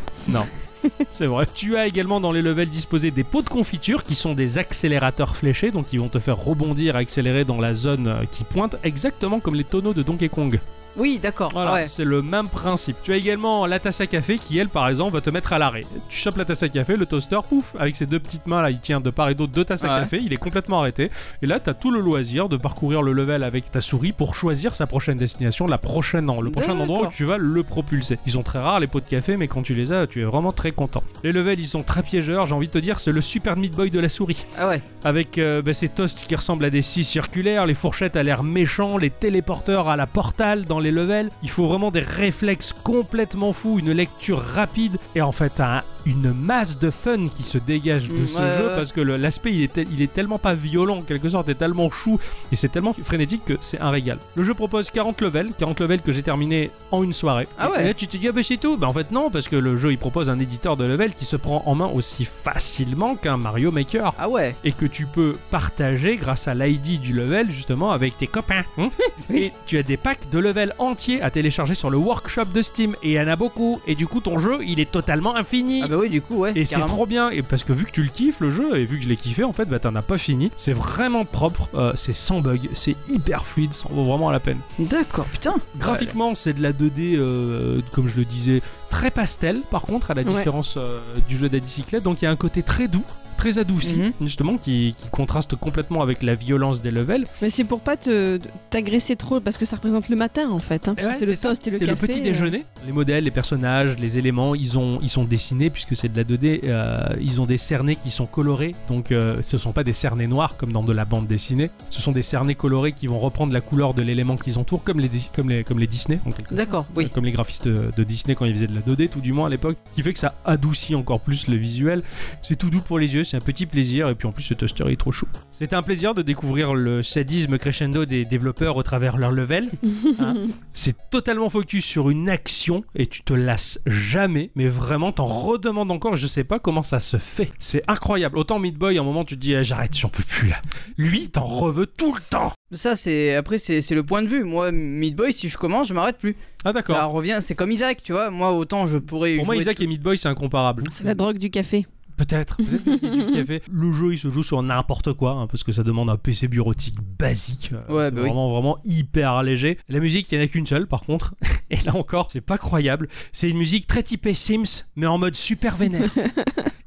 Speaker 2: c'est vrai. Tu as également dans les levels disposés des pots de confiture qui sont des accélérateurs fléchés, donc ils vont te faire rebondir, accélérer dans la zone euh, qui pointe, exactement comme les tonneaux de Donkey Kong.
Speaker 1: Oui, d'accord.
Speaker 2: Voilà,
Speaker 1: ouais.
Speaker 2: c'est le même principe. Tu as également la tasse à café qui, elle, par exemple, va te mettre à l'arrêt. Tu chopes la tasse à café, le toaster, pouf, avec ses deux petites mains là, il tient de part et d'autre deux tasses à
Speaker 1: Ouais.
Speaker 2: café, il est complètement arrêté. Et là, t'as tout le loisir de parcourir le level avec ta souris pour choisir sa prochaine destination, la prochaine, le prochain endroit où
Speaker 1: D'accord.
Speaker 2: tu vas le propulser. Ils sont très rares les pots de café, mais quand tu les as, tu es vraiment très content. Les levels, ils sont très piégeurs, j'ai envie de te dire, c'est le super Meat Boy de la souris
Speaker 1: Ah ouais.
Speaker 2: avec euh, bah, ces toasts qui ressemblent à des scies circulaires, les fourchettes à l'air méchant, les téléporteurs à la portale dans les levels. Il faut vraiment des réflexes complètement fous, une lecture rapide et en fait un- une masse de fun qui se dégage de
Speaker 1: Mm,
Speaker 2: ce
Speaker 1: ouais,
Speaker 2: jeu
Speaker 1: ouais.
Speaker 2: parce que le- l'aspect il, est tel- il est tellement pas violent en quelque sorte, est tellement chou et c'est tellement frénétique que c'est un régal. Le jeu propose 40 levels, 40 levels que j'ai terminé en une soirée.
Speaker 1: Ah ouais.
Speaker 2: Et là tu te dis ah bah c'est tout. Bah en fait non parce que le jeu il propose un éditeur de level qui se prend en main aussi facilement qu'un Mario Maker
Speaker 1: Ah ouais.
Speaker 2: et que tu peux partager grâce à l'ID du level justement avec tes copains. hein.
Speaker 1: Oui.
Speaker 2: tu as des packs de level entiers à télécharger sur le workshop de Steam et il y en a beaucoup et du coup ton jeu il est totalement infini.
Speaker 1: Ah bah oui, du coup, ouais.
Speaker 2: Et c'est
Speaker 1: carrément.
Speaker 2: trop bien, et parce que vu que tu le kiffes le jeu, et vu que je l'ai kiffé en fait, bah t'en as pas fini. C'est vraiment propre, euh, c'est sans bug, c'est hyper fluide, ça en vaut vraiment la peine.
Speaker 1: D'accord, putain.
Speaker 2: Graphiquement, c'est de la 2D, euh, comme je le disais, très pastel, par contre, à la
Speaker 4: Ouais.
Speaker 2: différence euh, du jeu de la bicyclette. Donc, il y a un côté très doux, très adouci,
Speaker 1: Mhm.
Speaker 2: justement, qui, qui contraste complètement avec la violence des levels.
Speaker 4: Mais c'est pour pas te t'agresser trop parce que ça représente le matin en fait. hein, parce que c'est le toast et le
Speaker 2: C'est
Speaker 4: café. euh.
Speaker 2: le petit déjeuner. Les modèles, les personnages, les éléments, ils, ont, ils sont dessinés, puisque c'est de la 2D, euh, ils ont des cernets qui sont colorés. Donc, euh, ce ne sont pas des cernets noirs comme dans de la bande dessinée. Ce sont des cernets colorés qui vont reprendre la couleur de l'élément qu'ils entourent, comme les, dis- comme les, comme les Disney, en quelque
Speaker 1: D'accord, oui.
Speaker 2: Euh, comme les graphistes de de Disney quand ils faisaient de la 2D, tout du moins à l'époque, qui fait que ça adoucit encore plus le visuel. C'est tout doux pour les yeux, c'est un petit plaisir, et puis en plus, ce toaster il est trop chou. C'était un plaisir de découvrir le sadisme crescendo des développeurs au travers leur level. hein. C'est totalement focus sur une action, et tu te lasses jamais, mais vraiment, t'en redemandes encore, je sais pas comment ça se fait. C'est incroyable. Autant Meat Boy, à un moment, tu te dis, Eh, j'arrête, j'en peux plus là. Lui, t'en reveux tout le temps.
Speaker 1: Ça, c'est. Après, c'est c'est le point de vue. Moi, Meat Boy, si je commence, je m'arrête plus.
Speaker 2: Ah,
Speaker 1: Ça
Speaker 2: d'accord.
Speaker 1: revient. C'est comme Isaac, tu vois. Moi, autant je pourrais.
Speaker 2: Pour moi,
Speaker 1: jouer
Speaker 2: Isaac et Meat Boy, c'est incomparable.
Speaker 4: C'est euh, la drogue du café.
Speaker 2: Peut-être, peut-être parce qu'il y a du café. Le jeu, il se joue sur n'importe quoi, hein, parce que ça demande un PC bureautique basique. Euh,
Speaker 1: Ouais,
Speaker 2: c'est
Speaker 1: bah oui.
Speaker 2: vraiment, vraiment hyper léger. La musique, il n'y en a qu'une seule, par contre. Et là encore, c'est pas croyable. C'est une musique très typée Sims, mais en mode super vénère.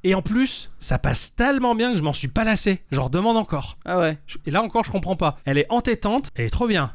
Speaker 2: Et en plus, ça passe tellement bien que je m'en suis pas lassé. J'en redemande encore.
Speaker 1: Ah ouais.
Speaker 2: Je- Et là encore, je comprends pas. Elle est entêtante, elle est trop bien.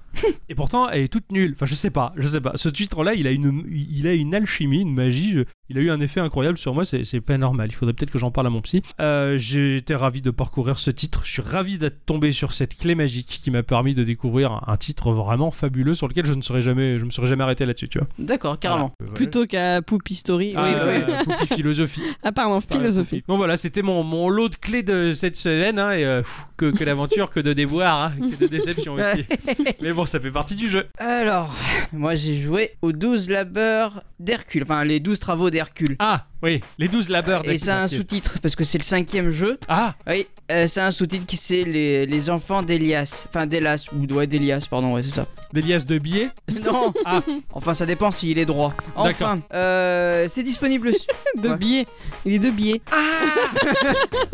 Speaker 2: et pourtant, elle est toute nulle. Enfin, je sais pas, je sais pas. Ce titre-là, il a une, il a une alchimie, une magie. je- il a eu un effet incroyable sur moi. C'est c'est pas normal. Il faudrait peut-être que j'en parle à mon psy. Euh, J'étais ravi de parcourir ce titre. Je suis ravi d'être tombé sur cette clé magique qui m'a permis de découvrir un titre vraiment fabuleux sur lequel je ne serais jamais, je me serais jamais arrêté là-dessus, tu vois.
Speaker 1: D'accord, carrément.
Speaker 2: Voilà.
Speaker 4: Plutôt qu'à Poopy Story.
Speaker 2: Ah,
Speaker 1: oui,
Speaker 2: euh, Poupie philosophie.
Speaker 4: Ah, pardon, philosophie.
Speaker 2: Bon voilà, c'était mon, mon lot de clés de cette semaine. hein, et, euh, pff, que que d'aventure, que de déboires, hein, que de déceptions aussi. Mais bon, ça fait partie du jeu.
Speaker 1: Alors, moi j'ai joué aux 12 labeurs d'Hercule, enfin les 12 travaux d'Hercule.
Speaker 2: Ah oui, les 12 labeurs.
Speaker 1: Et c'est un
Speaker 2: d'Hercule.
Speaker 1: sous-titre parce que c'est le cinquième jeu.
Speaker 2: Ah
Speaker 1: Oui, euh, c'est un sous-titre qui c'est les, les enfants d'Elias. Enfin d'Elas, ou ouais, d'Elias, pardon, ouais, c'est ça.
Speaker 2: Des liasses de billets
Speaker 1: Non
Speaker 2: Ah.
Speaker 1: Enfin, ça dépend s'il est droit.
Speaker 2: D'accord.
Speaker 1: Enfin, euh, c'est disponible. su-
Speaker 4: De
Speaker 1: Ouais.
Speaker 4: billets. Il est de billets.
Speaker 2: Ah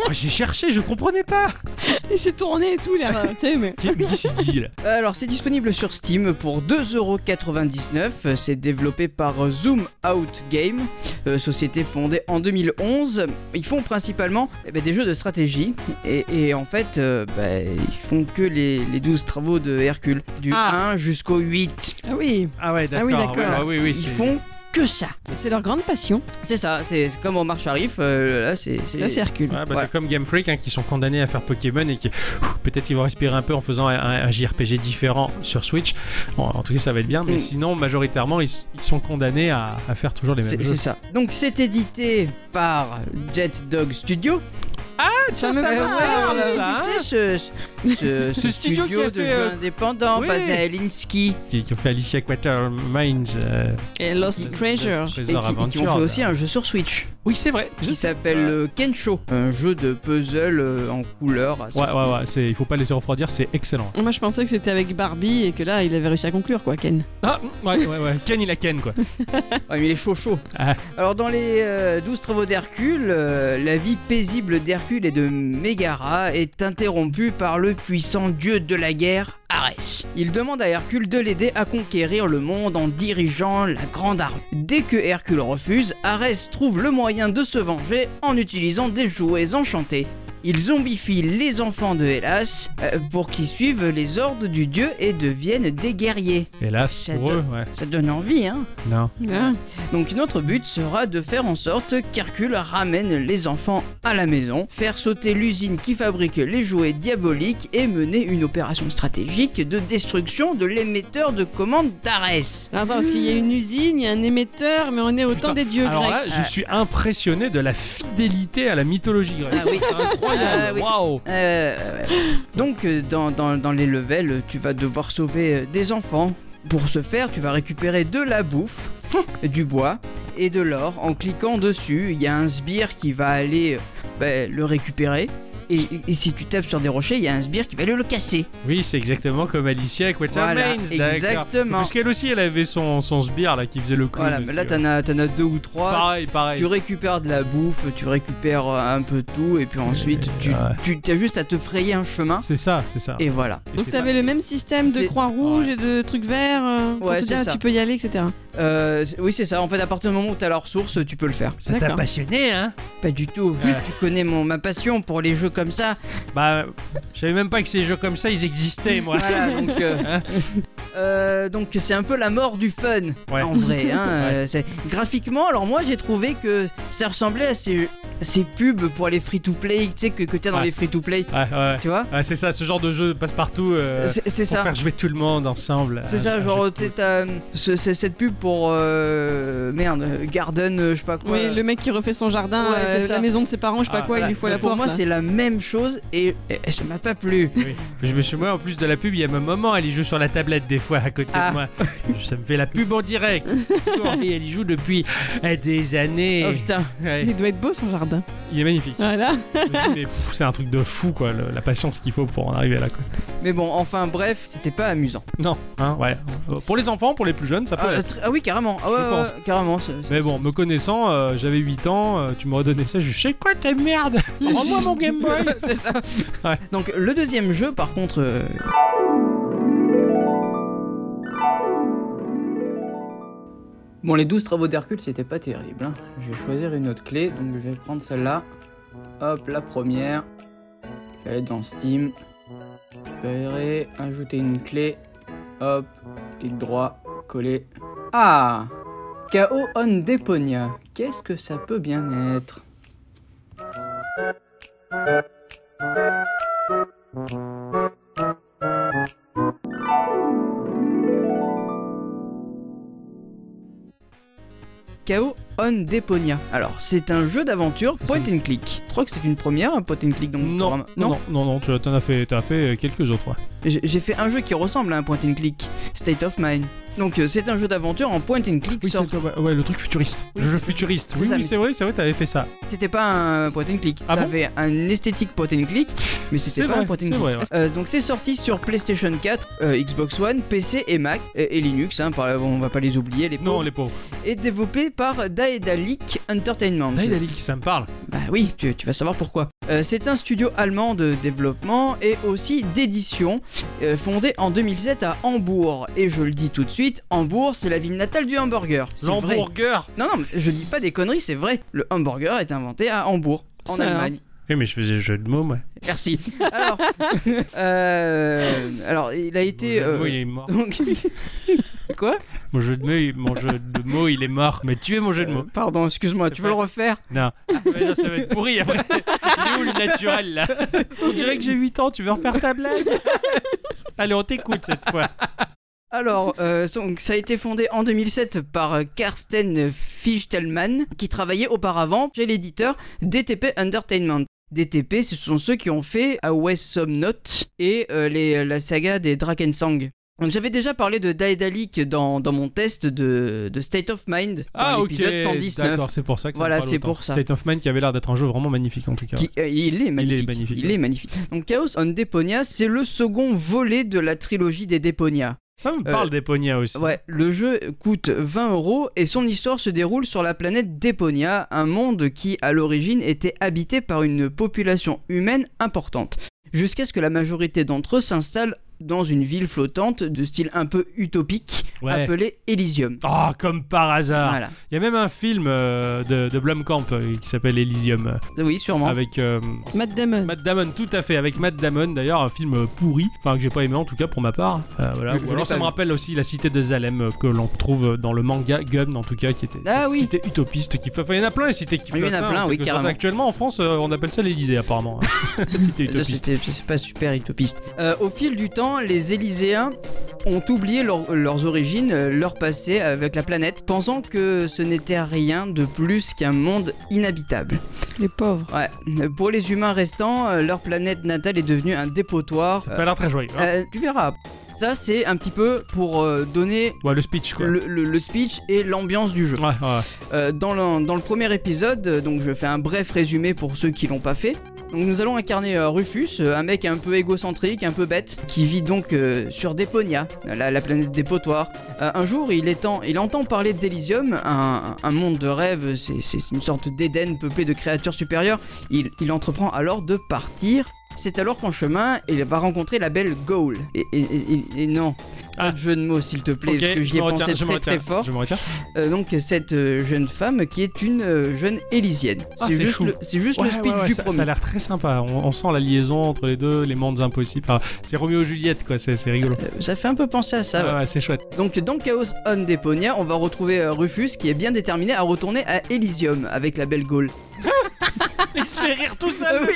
Speaker 2: Oh, J'ai cherché, je comprenais pas
Speaker 4: Il s'est tourné et tout, là. tu sais, mais.
Speaker 2: Qu'est- Mais qu'est-ce qu'il dit là
Speaker 1: Alors, c'est disponible sur Steam pour 2,99€. C'est développé par euh, Zoom Out Game, euh, société fondée en 2011. Ils font principalement eh ben, des jeux de stratégie. Et, et en fait, euh, bah, ils font que les, les 12 travaux de Hercule, du
Speaker 2: Ah.
Speaker 1: 1 jusqu'au 8.
Speaker 4: Ah oui,
Speaker 2: Ah ouais, d'accord.
Speaker 4: Ah oui,
Speaker 2: ouais,
Speaker 4: d'accord.
Speaker 2: ah oui, oui,
Speaker 1: Ils
Speaker 2: c'est-
Speaker 1: font que ça.
Speaker 4: c'est leur grande passion.
Speaker 1: C'est ça, c'est c'est comme au Sharif. euh, là, c'est. c'est-
Speaker 4: Là, c'est Hercule.
Speaker 2: Ouais, bah,
Speaker 1: Ouais.
Speaker 2: C'est comme Game Freak hein, qui sont condamnés à faire Pokémon et qui Ouh, peut-être ils vont respirer un peu en faisant un, un- un JRPG différent sur Switch. Bon, en tout cas, ça va être bien, mais
Speaker 1: Mm.
Speaker 2: sinon, majoritairement, ils, s- ils sont condamnés à, à faire toujours les
Speaker 1: c'est-
Speaker 2: mêmes
Speaker 1: c'est
Speaker 2: jeux.
Speaker 1: ça. Donc c'est édité par Jet Dog Studio. Ah,
Speaker 4: tiens, ça parle,
Speaker 2: ça. hein.
Speaker 1: Tu sais, ce, ce, ce
Speaker 2: Ce studio
Speaker 1: studio,
Speaker 2: qui
Speaker 1: de
Speaker 2: a fait,
Speaker 1: jeux
Speaker 2: euh,
Speaker 1: indépendants
Speaker 2: oui.
Speaker 1: basé à Helsinki
Speaker 2: Qui, qui ont fait Alicia Quatermain's euh,
Speaker 4: Et
Speaker 2: Lost-
Speaker 4: Lost Treasure.
Speaker 2: Lost
Speaker 1: et qui,
Speaker 2: Treasure
Speaker 1: et qui ont
Speaker 2: Adventure,
Speaker 1: fait
Speaker 2: là.
Speaker 1: aussi un jeu sur Switch
Speaker 2: Oui, c'est vrai. Je
Speaker 1: qui
Speaker 2: sais.
Speaker 1: s'appelle euh, Kensho, un jeu de puzzle euh, en couleur. à
Speaker 2: Ouais,
Speaker 1: sortir.
Speaker 2: ouais, ouais, c'est- il faut pas laisser refroidir, c'est excellent.
Speaker 4: Moi, je pensais que c'était avec Barbie et que là, il avait réussi à conclure, quoi, Ken.
Speaker 2: Ah, ouais, ouais, ouais. Ken, il a Ken, quoi.
Speaker 1: Ouais, mais il est chaud chaud.
Speaker 2: Ah.
Speaker 1: Alors dans les euh, 12 travaux d'Hercule, euh, la vie paisible d'Hercule et de Mégara est interrompue par le puissant dieu de la guerre, Arès. Il demande à Hercule de l'aider à conquérir le monde en dirigeant la grande armée. Dès que Hercule refuse, Arès trouve le moyen de se venger en utilisant des jouets enchantés. Il zombifie les enfants de Hélas euh, pour qu'ils suivent les ordres du dieu et deviennent des guerriers.
Speaker 2: Hélas, pour
Speaker 1: Shadow.
Speaker 2: eux, ouais.
Speaker 1: Ça donne envie, hein
Speaker 2: Non.
Speaker 4: Ah.
Speaker 1: donc notre but sera de faire en sorte qu'Hercule ramène les enfants à la maison, faire sauter l'usine qui fabrique les jouets diaboliques et mener une opération stratégique de destruction de l'émetteur de commandes d'Arès.
Speaker 4: Attends, parce qu'il y a une usine, il y a un émetteur, mais on est au temps des dieux
Speaker 2: Alors
Speaker 4: grecs.
Speaker 2: là, je suis impressionné de la fidélité à la mythologie grecque.
Speaker 1: Ah oui.
Speaker 2: C'est
Speaker 1: Ah
Speaker 2: incroyable,
Speaker 1: oui.
Speaker 2: waouh!
Speaker 1: Euh, donc euh, dans, dans- dans les levels, tu vas devoir sauver euh, des enfants. Pour ce faire, tu vas récupérer de la bouffe, du bois et de l'or en cliquant dessus. Il y a un sbire qui va aller euh, bah, le récupérer. Et, et si tu tapes sur des rochers, il y a un sbire qui va aller le casser.
Speaker 2: Oui, c'est exactement comme Alicia
Speaker 1: Voilà,
Speaker 2: Quatermains,
Speaker 1: exactement.
Speaker 2: Parce qu'elle aussi, elle avait son, son sbire là qui faisait le clown.
Speaker 1: Voilà, mais
Speaker 2: aussi,
Speaker 1: là
Speaker 2: ouais.
Speaker 1: t'en as, t'en as deux ou trois.
Speaker 2: Pareil, pareil.
Speaker 1: Tu récupères de la bouffe, tu récupères euh, un peu de tout, et puis ensuite tu,
Speaker 2: ouais.
Speaker 1: tu as juste à te frayer un chemin,
Speaker 2: C'est ça, c'est ça.
Speaker 1: hein. et voilà.
Speaker 2: Et
Speaker 4: Donc
Speaker 2: c'est
Speaker 4: ça
Speaker 2: pas-
Speaker 4: avait le même système de
Speaker 1: C'est-
Speaker 4: croix rouge
Speaker 2: Ouais.
Speaker 4: et de trucs verts euh, pour
Speaker 1: Ouais,
Speaker 4: te
Speaker 1: c'est
Speaker 4: dire
Speaker 1: ça.
Speaker 4: tu peux y aller, etc.
Speaker 1: Euh, c'est- oui, c'est ça, en fait, à partir du moment où t'as la ressource, tu peux le faire.
Speaker 2: Ça t'a
Speaker 4: D'accord.
Speaker 2: passionné, hein
Speaker 1: Pas du tout, tu connais mon, ma passion pour les jeux comme ça.
Speaker 2: Bah, je savais même pas que ces jeux comme ça, ils existaient, moi.
Speaker 1: Voilà, donc. euh,
Speaker 2: Hein
Speaker 1: euh, donc c'est un peu la mort du fun
Speaker 2: Ouais.
Speaker 1: en vrai. hein, euh, c'est- graphiquement, alors moi j'ai trouvé que ça ressemblait à ces, ces pubs pour les free-to-play, tu sais, que, que t'as dans
Speaker 2: Ouais.
Speaker 1: les free-to-play,
Speaker 2: Ouais, ouais.
Speaker 1: tu vois
Speaker 2: Ouais, c'est ça, ce genre de jeu passe-partout euh,
Speaker 1: C'est c'est
Speaker 2: pour
Speaker 1: ça.
Speaker 2: faire jouer tout le monde ensemble.
Speaker 1: C'est
Speaker 2: Euh,
Speaker 1: ça,
Speaker 2: un
Speaker 1: genre,
Speaker 2: jeu
Speaker 1: tu sais, t'as, euh, ce- c'est cette pub pour. euh, merde, euh, Garden, euh, je sais pas quoi.
Speaker 4: Oui, le mec qui refait son jardin,
Speaker 1: Ouais,
Speaker 4: euh,
Speaker 1: c'est ça.
Speaker 4: la maison de ses parents, je sais pas
Speaker 2: Ah,
Speaker 4: quoi, il lui faut
Speaker 2: ouais.
Speaker 4: la
Speaker 1: Euh, Pour
Speaker 4: porte, hein.
Speaker 1: moi,
Speaker 4: là.
Speaker 1: c'est la même chose et, et ça m'a pas plu.
Speaker 2: cool. Oui. Je me suis moi en plus de la pub, il y a ma maman, elle y joue sur la tablette des fois à côté
Speaker 1: Ah.
Speaker 2: de moi. Ça me fait la pub en direct. Et elle y joue depuis euh, des années.
Speaker 1: Oh putain.
Speaker 2: Ouais.
Speaker 4: Il doit être beau son jardin.
Speaker 2: Il est magnifique.
Speaker 4: Voilà.
Speaker 2: Je me dis, mais pff, c'est un truc de fou, quoi, le- la patience qu'il faut pour en arriver là, quoi.
Speaker 1: Mais bon, enfin, bref, c'était pas amusant.
Speaker 2: Non, hein, ouais. Euh, Pour les enfants, pour les plus jeunes, ça peut.
Speaker 1: Ah,
Speaker 2: être.
Speaker 1: tr- ah oui, carrément. Ah ouais,
Speaker 2: Je
Speaker 1: ouais,
Speaker 2: pense.
Speaker 1: ouais, carrément. c'est- c'est-
Speaker 2: Mais bon, me connaissant, euh, j'avais 8 ans, euh, tu m'aurais donné ça, je sais quoi ta merde Rends-moi mon Game Boy
Speaker 1: c'est ça.
Speaker 2: Ouais.
Speaker 1: Donc, le deuxième jeu, par contre. euh, Bon, les 12 travaux d'Hercule, c'était pas terrible. hein. Je vais choisir une autre clé, donc je vais prendre celle-là.
Speaker 8: Hop, la première. Je vais aller dans Steam. Récupérer, ajouter une clé. Hop, clic droit, coller. Ah KO on Deponia. Qu'est-ce que ça peut bien être
Speaker 1: KO on Deponia. Alors, c'est un jeu d'aventure point and click. Je crois que c'est une première, un point and click donc
Speaker 2: Non,
Speaker 1: vraiment-
Speaker 2: non, non, non, non, tu en as fait, t'en as fait euh, quelques autres. ouais.
Speaker 1: J'ai j'ai fait un jeu qui ressemble à un point and click, State of Mind. Donc, euh, c'est un jeu d'aventure en point and click.
Speaker 2: Oui,
Speaker 1: sort-
Speaker 2: c'est ouais, ouais, le truc futuriste.
Speaker 1: Oui,
Speaker 2: le jeu
Speaker 1: c'est-
Speaker 2: futuriste.
Speaker 1: c'est
Speaker 2: Oui,
Speaker 1: ça,
Speaker 2: oui,
Speaker 1: mais
Speaker 2: c'est vrai, c'est vrai, t'avais fait ça.
Speaker 1: C'était pas un point and click.
Speaker 2: Ah
Speaker 1: ça
Speaker 2: bon
Speaker 1: avait un esthétique point and click, mais
Speaker 2: C'est
Speaker 1: c'était pas
Speaker 2: vrai,
Speaker 1: un point and
Speaker 2: c'est
Speaker 1: click.
Speaker 2: vrai, ouais.
Speaker 1: Euh, donc c'est sorti sur PlayStation 4, euh, Xbox One, PC et Mac et, et Linux. Hein, par- on va pas les oublier les
Speaker 2: Non,
Speaker 1: pauvres.
Speaker 2: les pauvres.
Speaker 1: Et développé par Daedalic Entertainment.
Speaker 2: Daedalic, ça me parle.
Speaker 1: Bah oui, tu, tu vas savoir pourquoi. Euh, c'est un studio allemand de développement et aussi d'édition, euh, fondé en 2007 à Hambourg. Et je le dis tout de suite, Hambourg, c'est la ville natale du hamburger. C'est vrai.
Speaker 2: L'hamburger.
Speaker 1: Non, non, mais je dis pas des conneries, c'est vrai. Le hamburger est inventé à Hambourg, en
Speaker 4: Ça,
Speaker 1: Allemagne.
Speaker 2: Oui, mais je faisais le jeu de mots, ouais.
Speaker 1: Merci. Alors, euh, alors, il a été.
Speaker 2: Mon jeu de
Speaker 1: euh,
Speaker 2: mots, il est mort.
Speaker 1: donc, quoi
Speaker 2: Mon jeu de mots, il- mon jeu de mots, il est mort. Mais tu es mon jeu de mots.
Speaker 1: Pardon, excuse-moi,
Speaker 2: C'est
Speaker 1: tu veux
Speaker 2: pas-
Speaker 1: le refaire
Speaker 2: Non. Ouais, non, ça va être pourri après. Il est où le naturel là On dirait que j'ai 8 ans, tu veux refaire ta blague Allez, on t'écoute cette fois.
Speaker 1: Alors, euh, donc, ça a été fondé en 2007 par euh, Karsten Fichtelmann, qui travaillait auparavant chez l'éditeur DTP Entertainment. DTP, ce sont ceux qui ont fait Away Some Not et euh, les- la saga des Drakensang. Donc j'avais déjà parlé de Daedalic dans, dans mon test de, de State of Mind, dans l'épisode 119.
Speaker 2: Ah, D'accord, c'est pour ça que ça
Speaker 1: Voilà,
Speaker 2: me parle
Speaker 1: c'est
Speaker 2: autant.
Speaker 1: pour ça.
Speaker 2: State of Mind qui avait l'air d'être un jeu vraiment magnifique en tout cas.
Speaker 1: Qui- euh, il est magnifique.
Speaker 2: magnifique,
Speaker 1: Il
Speaker 2: ouais.
Speaker 1: est magnifique. Donc Chaos on Deponia, c'est le second volet de la trilogie des Deponia.
Speaker 2: Ça me parle des Ponia aussi.
Speaker 1: Euh, Ouais, le jeu coûte 20 euros et son histoire se déroule sur la planète Deponia, un monde qui à l'origine était habité par une population humaine importante, jusqu'à ce que la majorité d'entre eux s'installent dans une ville flottante de style un peu utopique
Speaker 2: Ouais.
Speaker 1: appelée Elysium.
Speaker 2: Oh, comme par hasard.
Speaker 1: Voilà.
Speaker 2: Il y a même un film euh, de, de Blomkamp euh, qui s'appelle Elysium euh,
Speaker 1: Oui, sûrement.
Speaker 2: avec euh,
Speaker 4: Matt Damon.
Speaker 2: Matt Damon, tout à fait, avec Matt Damon d'ailleurs, un film euh, pourri, enfin que j'ai pas aimé en tout cas pour ma part. Euh, voilà.
Speaker 1: Je- je
Speaker 2: Ou
Speaker 1: l'ai
Speaker 2: alors ça
Speaker 1: pas
Speaker 2: me
Speaker 1: vu.
Speaker 2: rappelle aussi la cité de Zalem euh, que l'on trouve dans le manga Gun en tout cas, qui était
Speaker 1: Ah
Speaker 2: cette
Speaker 1: oui.
Speaker 2: cité utopiste qui flotte. Enfin, il y en a plein les cités qui
Speaker 1: Il y en a
Speaker 2: flottent, hein,
Speaker 1: plein,
Speaker 2: en
Speaker 1: oui,
Speaker 2: quelque sorte.
Speaker 1: carrément.
Speaker 2: Actuellement en France, euh, on appelle ça l'Elysée apparemment. hein. cité
Speaker 1: Euh,
Speaker 2: utopiste.
Speaker 1: C'était c'est pas super utopiste. Euh, au fil du temps, les Élyséens ont oublié leur- leurs origines, euh, leur passé avec la planète, pensant que ce n'était rien de plus qu'un monde inhabitable.
Speaker 4: Les pauvres.
Speaker 1: Ouais. Pour les humains restants, euh, leur planète natale est devenue un dépotoir.
Speaker 2: Ça a pas l'air très joyeux. hein.
Speaker 1: Euh, tu verras. Ça, c'est un petit peu pour euh, donner
Speaker 2: Ouais, le speech quoi.
Speaker 1: le, le- le speech et l'ambiance du jeu.
Speaker 2: Ouais, ouais.
Speaker 1: Euh, dans, le, dans le premier épisode, euh, donc je fais un bref résumé pour ceux qui l'ont pas fait. Donc nous allons incarner euh, Rufus, euh, un mec un peu égocentrique, un peu bête, qui vit donc euh, sur Deponia, la, la planète des potoirs. Euh, un jour, il, étend- il entend parler d'Elysium, un, un monde de rêve, c'est c'est une sorte d'Éden peuplé de créatures supérieures. Il, il entreprend alors de partir. C'est alors qu'en chemin, il va rencontrer la belle Goal. Et, et- et- et non,
Speaker 2: Ah.
Speaker 1: pas de jeu de mots s'il te plaît,
Speaker 2: Ok,
Speaker 1: parce que
Speaker 2: je
Speaker 1: j'y ai
Speaker 2: me retiens,
Speaker 1: pensé
Speaker 2: je me
Speaker 1: très très
Speaker 2: retiens,
Speaker 1: fort.
Speaker 2: Je me retiens.
Speaker 1: Euh, donc cette euh, jeune femme qui est une euh, jeune Élysienne.
Speaker 2: Ah, c'est
Speaker 1: c'est juste,
Speaker 2: chou.
Speaker 1: le, c'est juste le
Speaker 2: Ouais,
Speaker 1: speech
Speaker 2: ouais, ouais,
Speaker 1: du
Speaker 2: ça,
Speaker 1: premier.
Speaker 2: ça a l'air très sympa. On, on sent la liaison entre les deux, les mondes impossibles. Enfin, c'est Roméo et Juliette, quoi. C'est c'est rigolo.
Speaker 1: Euh, ça fait un peu penser à ça.
Speaker 2: Ouais,
Speaker 1: ouais.
Speaker 2: ouais, c'est chouette.
Speaker 1: Donc dans Chaos on Deponia, on va retrouver euh, Rufus qui est bien déterminé à retourner à Elysium avec la belle Gaule.
Speaker 2: Il se fait rire tout
Speaker 1: Ah
Speaker 2: seul,
Speaker 1: oui.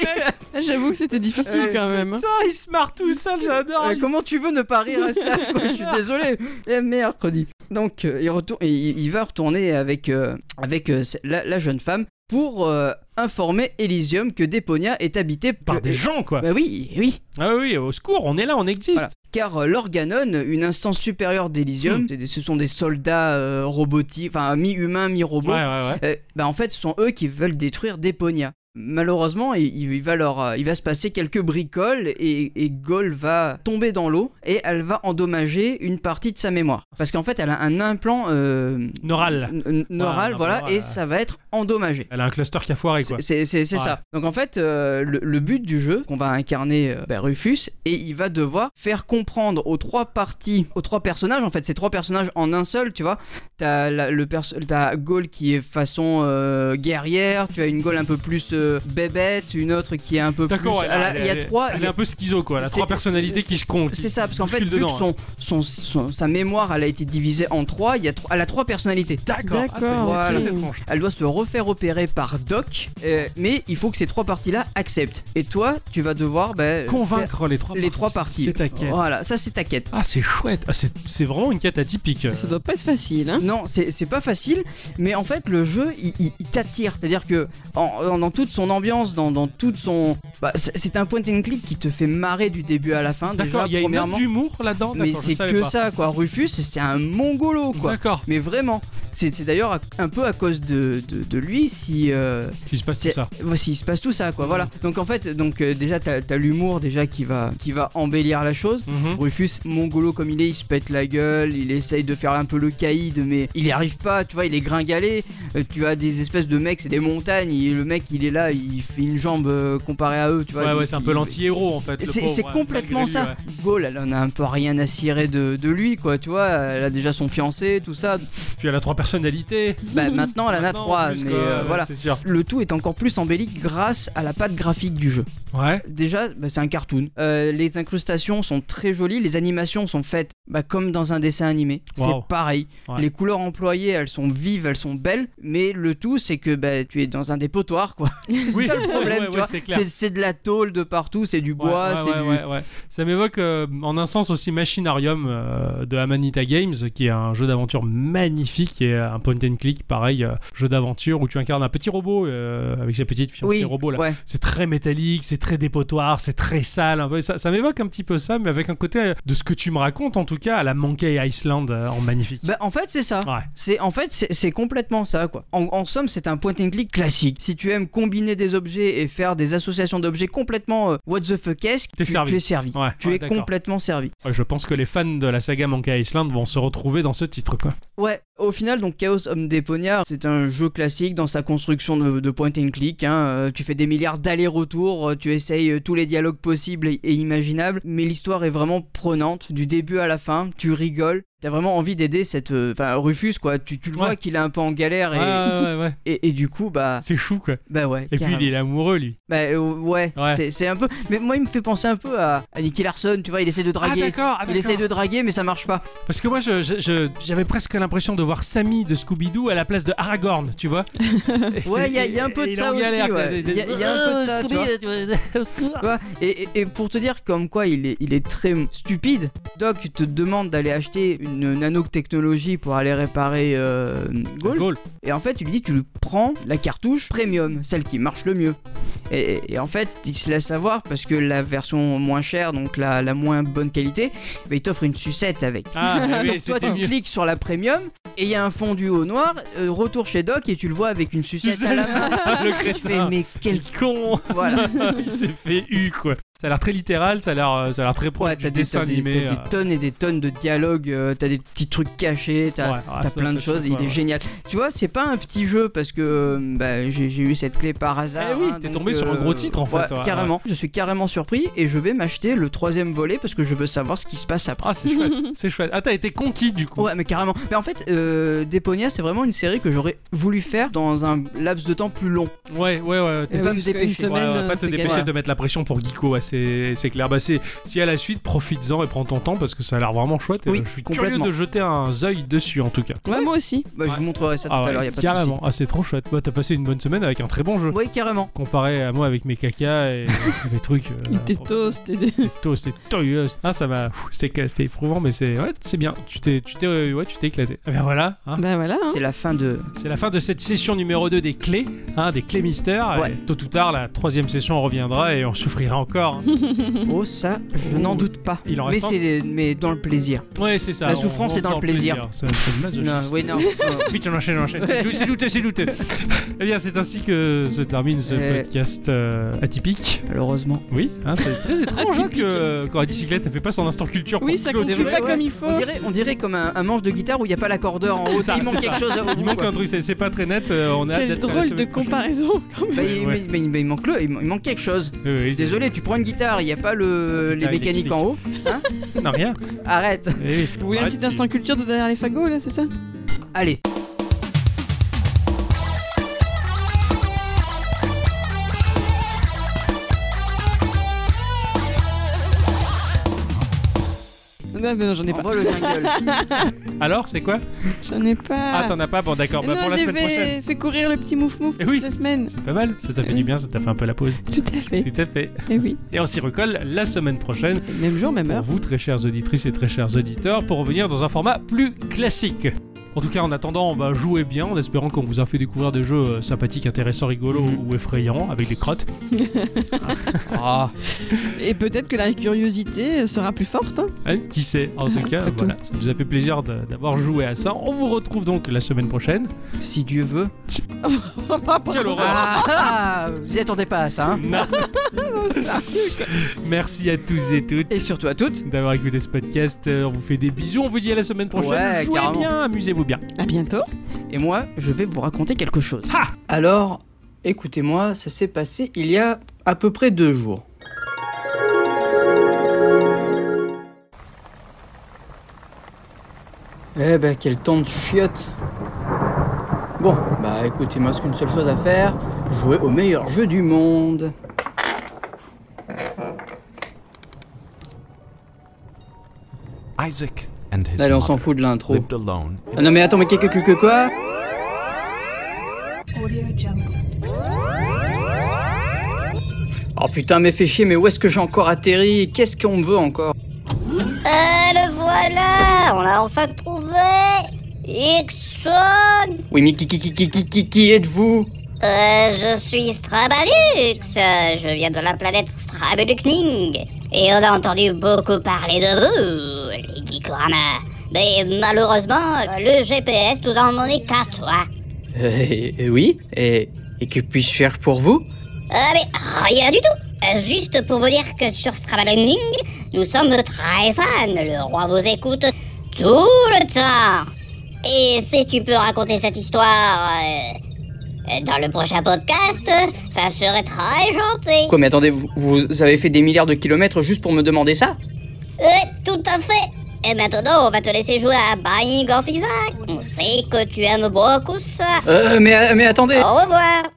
Speaker 4: Ah, J'avoue que c'était difficile quand même. hein.
Speaker 2: Putain, il se marre tout seul, j'adore.
Speaker 1: Euh, comment tu veux ne pas rire à ça quoi Je suis désolé. Eh, mercredi. Donc euh, il, retourne, il, il va retourner avec, euh, avec euh, la, la jeune femme pour euh, informer Elysium que Deponia est habité
Speaker 2: Par des
Speaker 1: euh,
Speaker 2: gens, quoi.
Speaker 1: Bah oui, oui.
Speaker 2: Ah oui, au secours, on est là, on existe.
Speaker 1: Voilà. Car euh, l'Organon, une instance supérieure
Speaker 2: Hmm.
Speaker 1: d'Elysium, c'est des- ce sont des soldats euh, robotiques, enfin mi-humains, mi-robots.
Speaker 2: Ouais, ouais, ouais.
Speaker 1: Euh, bah, en fait, ce sont eux qui veulent détruire Deponia. Malheureusement, il, il va leur, euh, il va se passer quelques bricoles et, et Gol va tomber dans l'eau et elle va endommager une partie de sa mémoire. Parce qu'en fait, elle a un implant euh,
Speaker 2: Neural.
Speaker 1: n- n- neural,
Speaker 2: Ouais,
Speaker 1: voilà,
Speaker 2: neural,
Speaker 1: et
Speaker 2: ouais.
Speaker 1: ça va être endommagé.
Speaker 2: Elle a un cluster qui a foiré, quoi.
Speaker 1: C'est- C'est c'est- c'est
Speaker 2: Ouais.
Speaker 1: ça. Donc en fait, euh, le, le but du jeu, qu'on va incarner euh, ben, Rufus, et il va devoir faire comprendre aux trois parties, aux trois personnages, en fait, ces trois personnages en un seul, tu vois. T'as la- le perso- t'as Gaul qui est façon euh, guerrière, tu as une Gaul un peu plus euh, de bébête, une autre qui est un peu plus.
Speaker 2: D'accord, ouais,
Speaker 1: Ah là,
Speaker 2: elle-
Speaker 1: Il y a
Speaker 2: elle-
Speaker 1: trois. il
Speaker 2: Elle
Speaker 1: y
Speaker 2: est
Speaker 1: a-
Speaker 2: un peu schizo quoi, la
Speaker 1: C'est-
Speaker 2: trois personnalités qui se comptent.
Speaker 1: C'est ça, parce qu'en fait, vu
Speaker 2: dedans. hein.
Speaker 1: que son, son- son- sa mémoire elle a été divisée en trois, il y a trois, elle a trois personnalités.
Speaker 2: D'accord, ah, c'est- c'est
Speaker 1: D'accord,
Speaker 2: très
Speaker 1: ok.
Speaker 2: étrange.
Speaker 1: Elle doit se refaire opérer par Doc, euh, mais il faut que ces trois parties-là acceptent. Et toi, tu vas devoir ben, faire
Speaker 2: Convaincre les trois
Speaker 1: les
Speaker 2: parties.
Speaker 1: trois parties. Oh
Speaker 2: C'est ta quête.
Speaker 1: Voilà, ça c'est ta quête.
Speaker 2: Ah, c'est chouette. Ah, c'est c'est vraiment une quête atypique.
Speaker 4: Ça doit pas être facile, hein
Speaker 1: Non, c'est c'est pas facile, mais en fait le jeu il, il- il t'attire, c'est-à-dire que en- en- dans toute son ambiance, dans, dans toute son, bah, c'est c'est un point and click qui te fait marrer du début à la fin déjà
Speaker 2: D'accord, il y a une note
Speaker 1: premièrement,
Speaker 2: d'humour là-dedans.
Speaker 1: mais
Speaker 2: D'accord, je
Speaker 1: c'est
Speaker 2: savais
Speaker 1: que
Speaker 2: pas.
Speaker 1: ça quoi. Rufus c'est un mongolo quoi.
Speaker 2: D'accord.
Speaker 1: Mais vraiment, c'est c'est d'ailleurs un peu à cause de, de- de lui si euh,
Speaker 2: S'il se passe tout
Speaker 1: c'est-
Speaker 2: ça. Mmh.
Speaker 1: voici il se passe tout ça quoi. Voilà. Donc en fait donc euh, déjà t'as as, l'humour déjà qui va qui va embellir la chose.
Speaker 2: Mhm.
Speaker 1: Rufus, mongolo comme il est, il se pète la gueule, il essaye de faire un peu le caïd, mais il n'y arrive pas, tu vois, il est gringalé. Euh, tu as des espèces de mecs, c'est des montagnes, et le mec il est là, il fait une jambe euh, comparée à eux, tu vois.
Speaker 2: Ouais,
Speaker 1: donc
Speaker 2: ouais, c'est un
Speaker 1: il-
Speaker 2: peu l'anti-héros en fait. le
Speaker 1: C'est
Speaker 2: pauvre,
Speaker 1: c'est
Speaker 2: ouais,
Speaker 1: complètement
Speaker 2: malgré
Speaker 1: ça.
Speaker 2: lui, ouais.
Speaker 1: Gaul, elle en a un peu rien à cirer de, de lui, quoi, tu vois. Elle a déjà son fiancé, tout ça.
Speaker 2: Puis elle a trois personnalités.
Speaker 1: Bah, maintenant, elle en a
Speaker 2: Maintenant, en
Speaker 1: trois,
Speaker 2: plus,
Speaker 1: mais
Speaker 2: quoi,
Speaker 1: euh,
Speaker 2: ouais,
Speaker 1: voilà.
Speaker 2: C'est sûr.
Speaker 1: Le tout est encore plus embelli grâce à la patte graphique du jeu.
Speaker 2: Ouais.
Speaker 1: Déjà, bah, c'est un cartoon. Euh, les incrustations sont très jolies, les animations sont faites bah, comme dans un dessin animé.
Speaker 2: Wow.
Speaker 1: C'est pareil.
Speaker 2: Ouais.
Speaker 1: Les couleurs employées, elles sont vives, elles sont belles, mais le tout, c'est que bah, tu es dans un dépotoir, quoi. c'est
Speaker 2: Oui.
Speaker 1: ça le problème,
Speaker 2: Ouais,
Speaker 1: tu
Speaker 2: ouais,
Speaker 1: vois.
Speaker 2: c'est clair.
Speaker 1: C'est c'est de la tôle de partout, c'est du
Speaker 2: Ouais,
Speaker 1: bois,
Speaker 2: ouais,
Speaker 1: c'est
Speaker 2: ouais,
Speaker 1: du.
Speaker 2: ouais, ouais. Ça m'évoque euh, en un sens aussi Machinarium euh, de Amanita Games, qui est un jeu d'aventure magnifique et euh, un point and click, pareil, euh, jeu d'aventure où tu incarnes un petit robot euh, avec sa petite fiancée
Speaker 1: Oui,
Speaker 2: robot là.
Speaker 1: ouais.
Speaker 2: C'est très métallique, c'est très dépotoir, c'est très sale. un peu. Ça, ça m'évoque un petit peu ça, mais avec un côté euh, de ce que tu me racontes en tout cas à la Monkey Island euh, en magnifique.
Speaker 1: Bah, en fait, c'est ça.
Speaker 2: Ouais.
Speaker 1: C'est en fait c'est c'est complètement ça quoi. En, en somme c'est un point and click classique. Si tu aimes combiner des objets et faire des associations d'objets complètement euh, what the fuck esque,
Speaker 2: T'es
Speaker 1: tu,
Speaker 2: servi.
Speaker 1: tu es servi.
Speaker 2: Ouais,
Speaker 1: Tu
Speaker 2: ouais,
Speaker 1: es
Speaker 2: d'accord.
Speaker 1: complètement servi.
Speaker 2: Ouais, je pense que les fans de la saga Monkey Island vont se retrouver dans ce titre quoi.
Speaker 1: Ouais, au final, donc Chaos Homme Déponiard, c'est un jeu classique dans sa construction de, de point and click. hein. Euh, tu fais des milliards d'allers-retours, euh, tu essayes euh, tous les dialogues possibles et, et imaginables, mais l'histoire est vraiment prenante, du début à la fin, tu rigoles. T'as vraiment envie d'aider cette. euh, Enfin, Rufus, quoi. Tu, tu le
Speaker 2: Ouais.
Speaker 1: vois qu'il est un peu en galère et,
Speaker 2: Ouais, ouais, ouais.
Speaker 1: et, et du coup, bah.
Speaker 2: C'est fou quoi.
Speaker 1: Bah ouais.
Speaker 2: Et puis
Speaker 1: carrément.
Speaker 2: il est amoureux lui.
Speaker 1: Bah euh, ouais,
Speaker 2: Ouais.
Speaker 1: c'est- c'est un peu. Mais moi, il me fait penser un peu à, à Nicky Larson, tu vois, il essaie de draguer.
Speaker 2: d'accord, ah,
Speaker 1: il essaie
Speaker 2: d'accord.
Speaker 1: de draguer, mais ça marche pas.
Speaker 2: Parce que moi, je- je- je- j'avais presque l'impression de voir Sammy de Scooby-Doo à la place de Aragorn, tu vois.
Speaker 1: Ouais, il y a- il y a un peu de ça aussi, ouais. Il y a- il y a un peu de
Speaker 2: Ah,
Speaker 1: ça, tu vois. Tu vois, et, et- et pour te dire comme quoi il est, il est très stupide, Doc te demande d'aller acheter une nanotechnologie pour aller réparer euh, Gaul.
Speaker 2: Goal.
Speaker 1: Et en fait, il lui dit tu lui prends la cartouche premium, celle qui marche le mieux. Et, et- et en fait, il se laisse savoir parce que la version moins chère, donc la, la moins bonne qualité, bah, il t'offre une sucette avec.
Speaker 2: Ah, oui,
Speaker 1: Toi,
Speaker 2: c'était
Speaker 1: tu
Speaker 2: mieux.
Speaker 1: cliques sur la premium et il y a un fondu au noir. euh, retour chez Doc et tu le vois avec une sucette à la main.
Speaker 2: Ah, le
Speaker 1: Tu fais,
Speaker 2: crétin.
Speaker 1: mais quel.
Speaker 2: Quel con hein,
Speaker 1: Voilà.
Speaker 2: Il s'est fait eu, quoi. Ça a l'air très littéral, ça a l'air, euh, ça a l'air très proche
Speaker 1: Ouais,
Speaker 2: du
Speaker 1: t'as des,
Speaker 2: dessin
Speaker 1: t'as des-
Speaker 2: animé.
Speaker 1: t'as des
Speaker 2: euh.
Speaker 1: tonnes et des tonnes de dialogues, euh, t'as des petits trucs cachés, t'as
Speaker 2: Ouais, ouais,
Speaker 1: t'as
Speaker 2: ça,
Speaker 1: plein de
Speaker 2: ça, ça,
Speaker 1: choses, et il
Speaker 2: ouais,
Speaker 1: est
Speaker 2: ouais.
Speaker 1: génial. Tu vois, c'est pas un petit jeu parce que euh, bah, j'ai j'ai eu cette clé par hasard.
Speaker 2: Eh oui,
Speaker 1: hein,
Speaker 2: t'es
Speaker 1: donc,
Speaker 2: tombé sur un gros titre, en fait,
Speaker 1: ouais,
Speaker 2: ouais,
Speaker 1: carrément. Je suis carrément surpris et je vais m'acheter le troisième volet parce que je veux savoir ce qui se passe après.
Speaker 2: Ah, c'est chouette, c'est chouette. Ah, t'as été conquis, du coup.
Speaker 1: Ouais, mais carrément. Mais en fait, euh, Déponia, c'est vraiment une série que j'aurais voulu faire dans un laps de temps plus long.
Speaker 2: Ouais, ouais, ouais.
Speaker 1: T'es
Speaker 4: Eh
Speaker 1: pas
Speaker 4: oui,
Speaker 1: me
Speaker 4: parce qu'une
Speaker 1: dépêcher.
Speaker 2: Ouais,
Speaker 4: semaine,
Speaker 2: on va
Speaker 4: euh,
Speaker 2: pas te
Speaker 4: c'est
Speaker 2: dépêcher
Speaker 1: galère.
Speaker 2: de mettre la pression pour Geeko, ouais, c'est c'est clair. Bah, c'est- si à la suite, profites-en et prends ton temps parce que ça a l'air vraiment chouette. et,
Speaker 1: Oui,
Speaker 2: euh, je suis curieux
Speaker 1: complètement.
Speaker 2: de jeter un œil dessus en tout cas.
Speaker 4: Ouais, moi aussi.
Speaker 1: Bah, Je vous montrerai ça tout
Speaker 2: Ah
Speaker 1: à
Speaker 2: ouais,
Speaker 1: l'heure, y a pas de souci.
Speaker 2: carrément, ah, c'est trop chouette. Bah, t'as passé une bonne semaine avec un très bon jeu.
Speaker 1: Oui, carrément.
Speaker 2: Comparé à moi avec mes caca et mes trucs. euh,
Speaker 4: Il était toast. et des-
Speaker 2: des toasts, des toyeuses. Ah, ça m'a. pfff, C'était ca- c'était éprouvant, mais c'est ouais, c'est bien. Tu t'es tu t'es euh, ouais, tu t'es éclaté. Ah ben voilà. hein.
Speaker 4: Ben voilà, hein.
Speaker 1: C'est la fin de.
Speaker 2: C'est la fin de cette session numéro 2 des clés, hein, des clés mystères.
Speaker 1: Ouais.
Speaker 2: Et tôt ou tard, la troisième session reviendra et on souffrira encore. hein.
Speaker 1: Oh, ça, je n'en doute pas.
Speaker 2: Il en
Speaker 1: mais,
Speaker 2: reste un
Speaker 1: c'est mais dans le plaisir.
Speaker 2: Ouais, c'est ça.
Speaker 1: La
Speaker 2: on
Speaker 1: souffrance
Speaker 2: rentre
Speaker 1: est dans le plaisir.
Speaker 2: C'est c'est masochiste.
Speaker 1: Non, oui, non.
Speaker 2: Vite, on enchaîne, on enchaîne. C'est douté, c'est douté, c'est douté. Eh bien, c'est ainsi que se termine ce
Speaker 1: Euh.
Speaker 2: podcast euh, atypique.
Speaker 1: Malheureusement.
Speaker 2: Oui, hein, c'est très étrange hein, que euh, quand la bicyclette elle fait pas son instant culture. pour
Speaker 4: Oui, ça
Speaker 2: clôturer.
Speaker 4: conclut
Speaker 1: vrai,
Speaker 4: pas
Speaker 1: ouais.
Speaker 4: comme il faut.
Speaker 1: On dirait, on dirait comme un, un manche de guitare où il n'y a pas l'accordeur en haut.
Speaker 2: ça,
Speaker 1: il manque
Speaker 2: c'est
Speaker 1: quelque
Speaker 2: ça.
Speaker 1: chose. à-
Speaker 2: Il manque un truc, c'est- c'est pas très net. euh, on a hâte
Speaker 4: Quelle
Speaker 2: d'être à la
Speaker 4: drôle de
Speaker 2: semaine prochaine.
Speaker 4: comparaison.
Speaker 1: Bah, il,
Speaker 2: Ouais.
Speaker 1: mais- mais- mais il manque le, il man- il manque quelque chose.
Speaker 2: Oui, oui,
Speaker 1: Désolé, tu prends une guitare, il n'y a pas le, les
Speaker 2: Putain, il
Speaker 1: mécaniques en haut.
Speaker 2: c'est- Non, rien.
Speaker 1: Arrête.
Speaker 2: Eh oui.
Speaker 4: Vous voulez un
Speaker 2: Arrête,
Speaker 4: petit instant culture de derrière les fagots, là, c'est ça
Speaker 1: Allez.
Speaker 4: Non, mais non, j'en ai pas.
Speaker 7: Envoie le jingle.
Speaker 2: Alors, c'est quoi
Speaker 4: J'en ai pas.
Speaker 2: Ah, t'en as pas Bon, d'accord, bah,
Speaker 4: Eh non,
Speaker 2: pour la
Speaker 4: j'ai
Speaker 2: semaine prochaine.
Speaker 4: fait, fait courir le petit mouf mouf
Speaker 2: Eh
Speaker 4: toute
Speaker 2: oui.
Speaker 4: la semaine.
Speaker 2: C'est pas mal, ça t'a fait du bien, ça t'a fait un peu la pause.
Speaker 4: Tout à fait.
Speaker 2: Tout à fait.
Speaker 4: Eh oui.
Speaker 2: Et on s'y recolle la semaine prochaine.
Speaker 4: Même jour, même
Speaker 2: pour
Speaker 4: heure.
Speaker 2: vous, très chères auditrices et très chers auditeurs, pour revenir dans un format plus classique. En tout cas, en attendant, bah, jouez bien, en espérant qu'on vous a fait découvrir des jeux euh, sympathiques, intéressants, rigolos
Speaker 4: Mm-hmm.
Speaker 2: ou effrayants, avec des crottes. ah,
Speaker 4: Et peut-être que la curiosité sera plus forte. hein.
Speaker 2: hein, qui sait En tout cas,
Speaker 4: Après tout.
Speaker 2: voilà, ça nous a fait plaisir de- d'avoir joué à ça. On vous retrouve donc la semaine prochaine.
Speaker 7: si Dieu veut.
Speaker 2: Quelle horreur
Speaker 7: Ah, vous y attendez pas à ça, hein.
Speaker 2: Non. Merci à tous et toutes.
Speaker 7: Et surtout à toutes.
Speaker 2: d'avoir écouté ce podcast. Euh, On vous fait des bisous. On vous dit à la semaine prochaine.
Speaker 7: Ouais,
Speaker 2: Jouez
Speaker 7: carrément.
Speaker 2: bien, amusez-vous bien.
Speaker 4: À bientôt.
Speaker 7: Et moi, je vais vous raconter quelque chose.
Speaker 1: Alors, écoutez-moi, ça s'est passé il y a à peu près deux jours. Eh ben, quel temps de chiottes Bon, bah écoutez, moi, c'est qu'une seule chose à faire, jouer au meilleur jeu du monde.
Speaker 9: Isaac and his
Speaker 1: Allez, on s'en
Speaker 9: mother
Speaker 1: fout de l'intro.
Speaker 9: lived alone in
Speaker 1: Ah non mais attends, mais que, que, que, que quoi Oh putain, mais fais chier, mais où est-ce que j'ai encore atterri Qu'est-ce qu'on me veut encore
Speaker 10: Ah, le voilà On l'a enfin trouvé Ixon
Speaker 1: Oui, mais qui, qui, qui, qui, qui, qui, qui êtes-vous
Speaker 10: euh, Je suis Strabalux Euh, Je viens de la planète Strabaluxning Et on a entendu beaucoup parler de vous, les Gikorama Mais malheureusement, le GPS nous a emmené qu'à toi
Speaker 1: euh, euh, Oui, et, et que puis-je faire pour vous
Speaker 10: Ah mais rien du tout Euh, Juste pour vous dire que sur Strabaluxning, nous sommes très fans Le roi vous écoute tout le temps Et si tu peux raconter cette histoire... euh, euh, Dans le prochain podcast, ça serait très gentil
Speaker 1: Quoi, mais attendez, vous, vous avez fait des milliards de kilomètres juste pour me demander ça
Speaker 10: Oui, Euh, tout à fait. Et maintenant, on va te laisser jouer à Binding of Isaac. On sait que tu aimes beaucoup ça. Oh,
Speaker 1: Euh, mais, mais attendez
Speaker 10: Au revoir.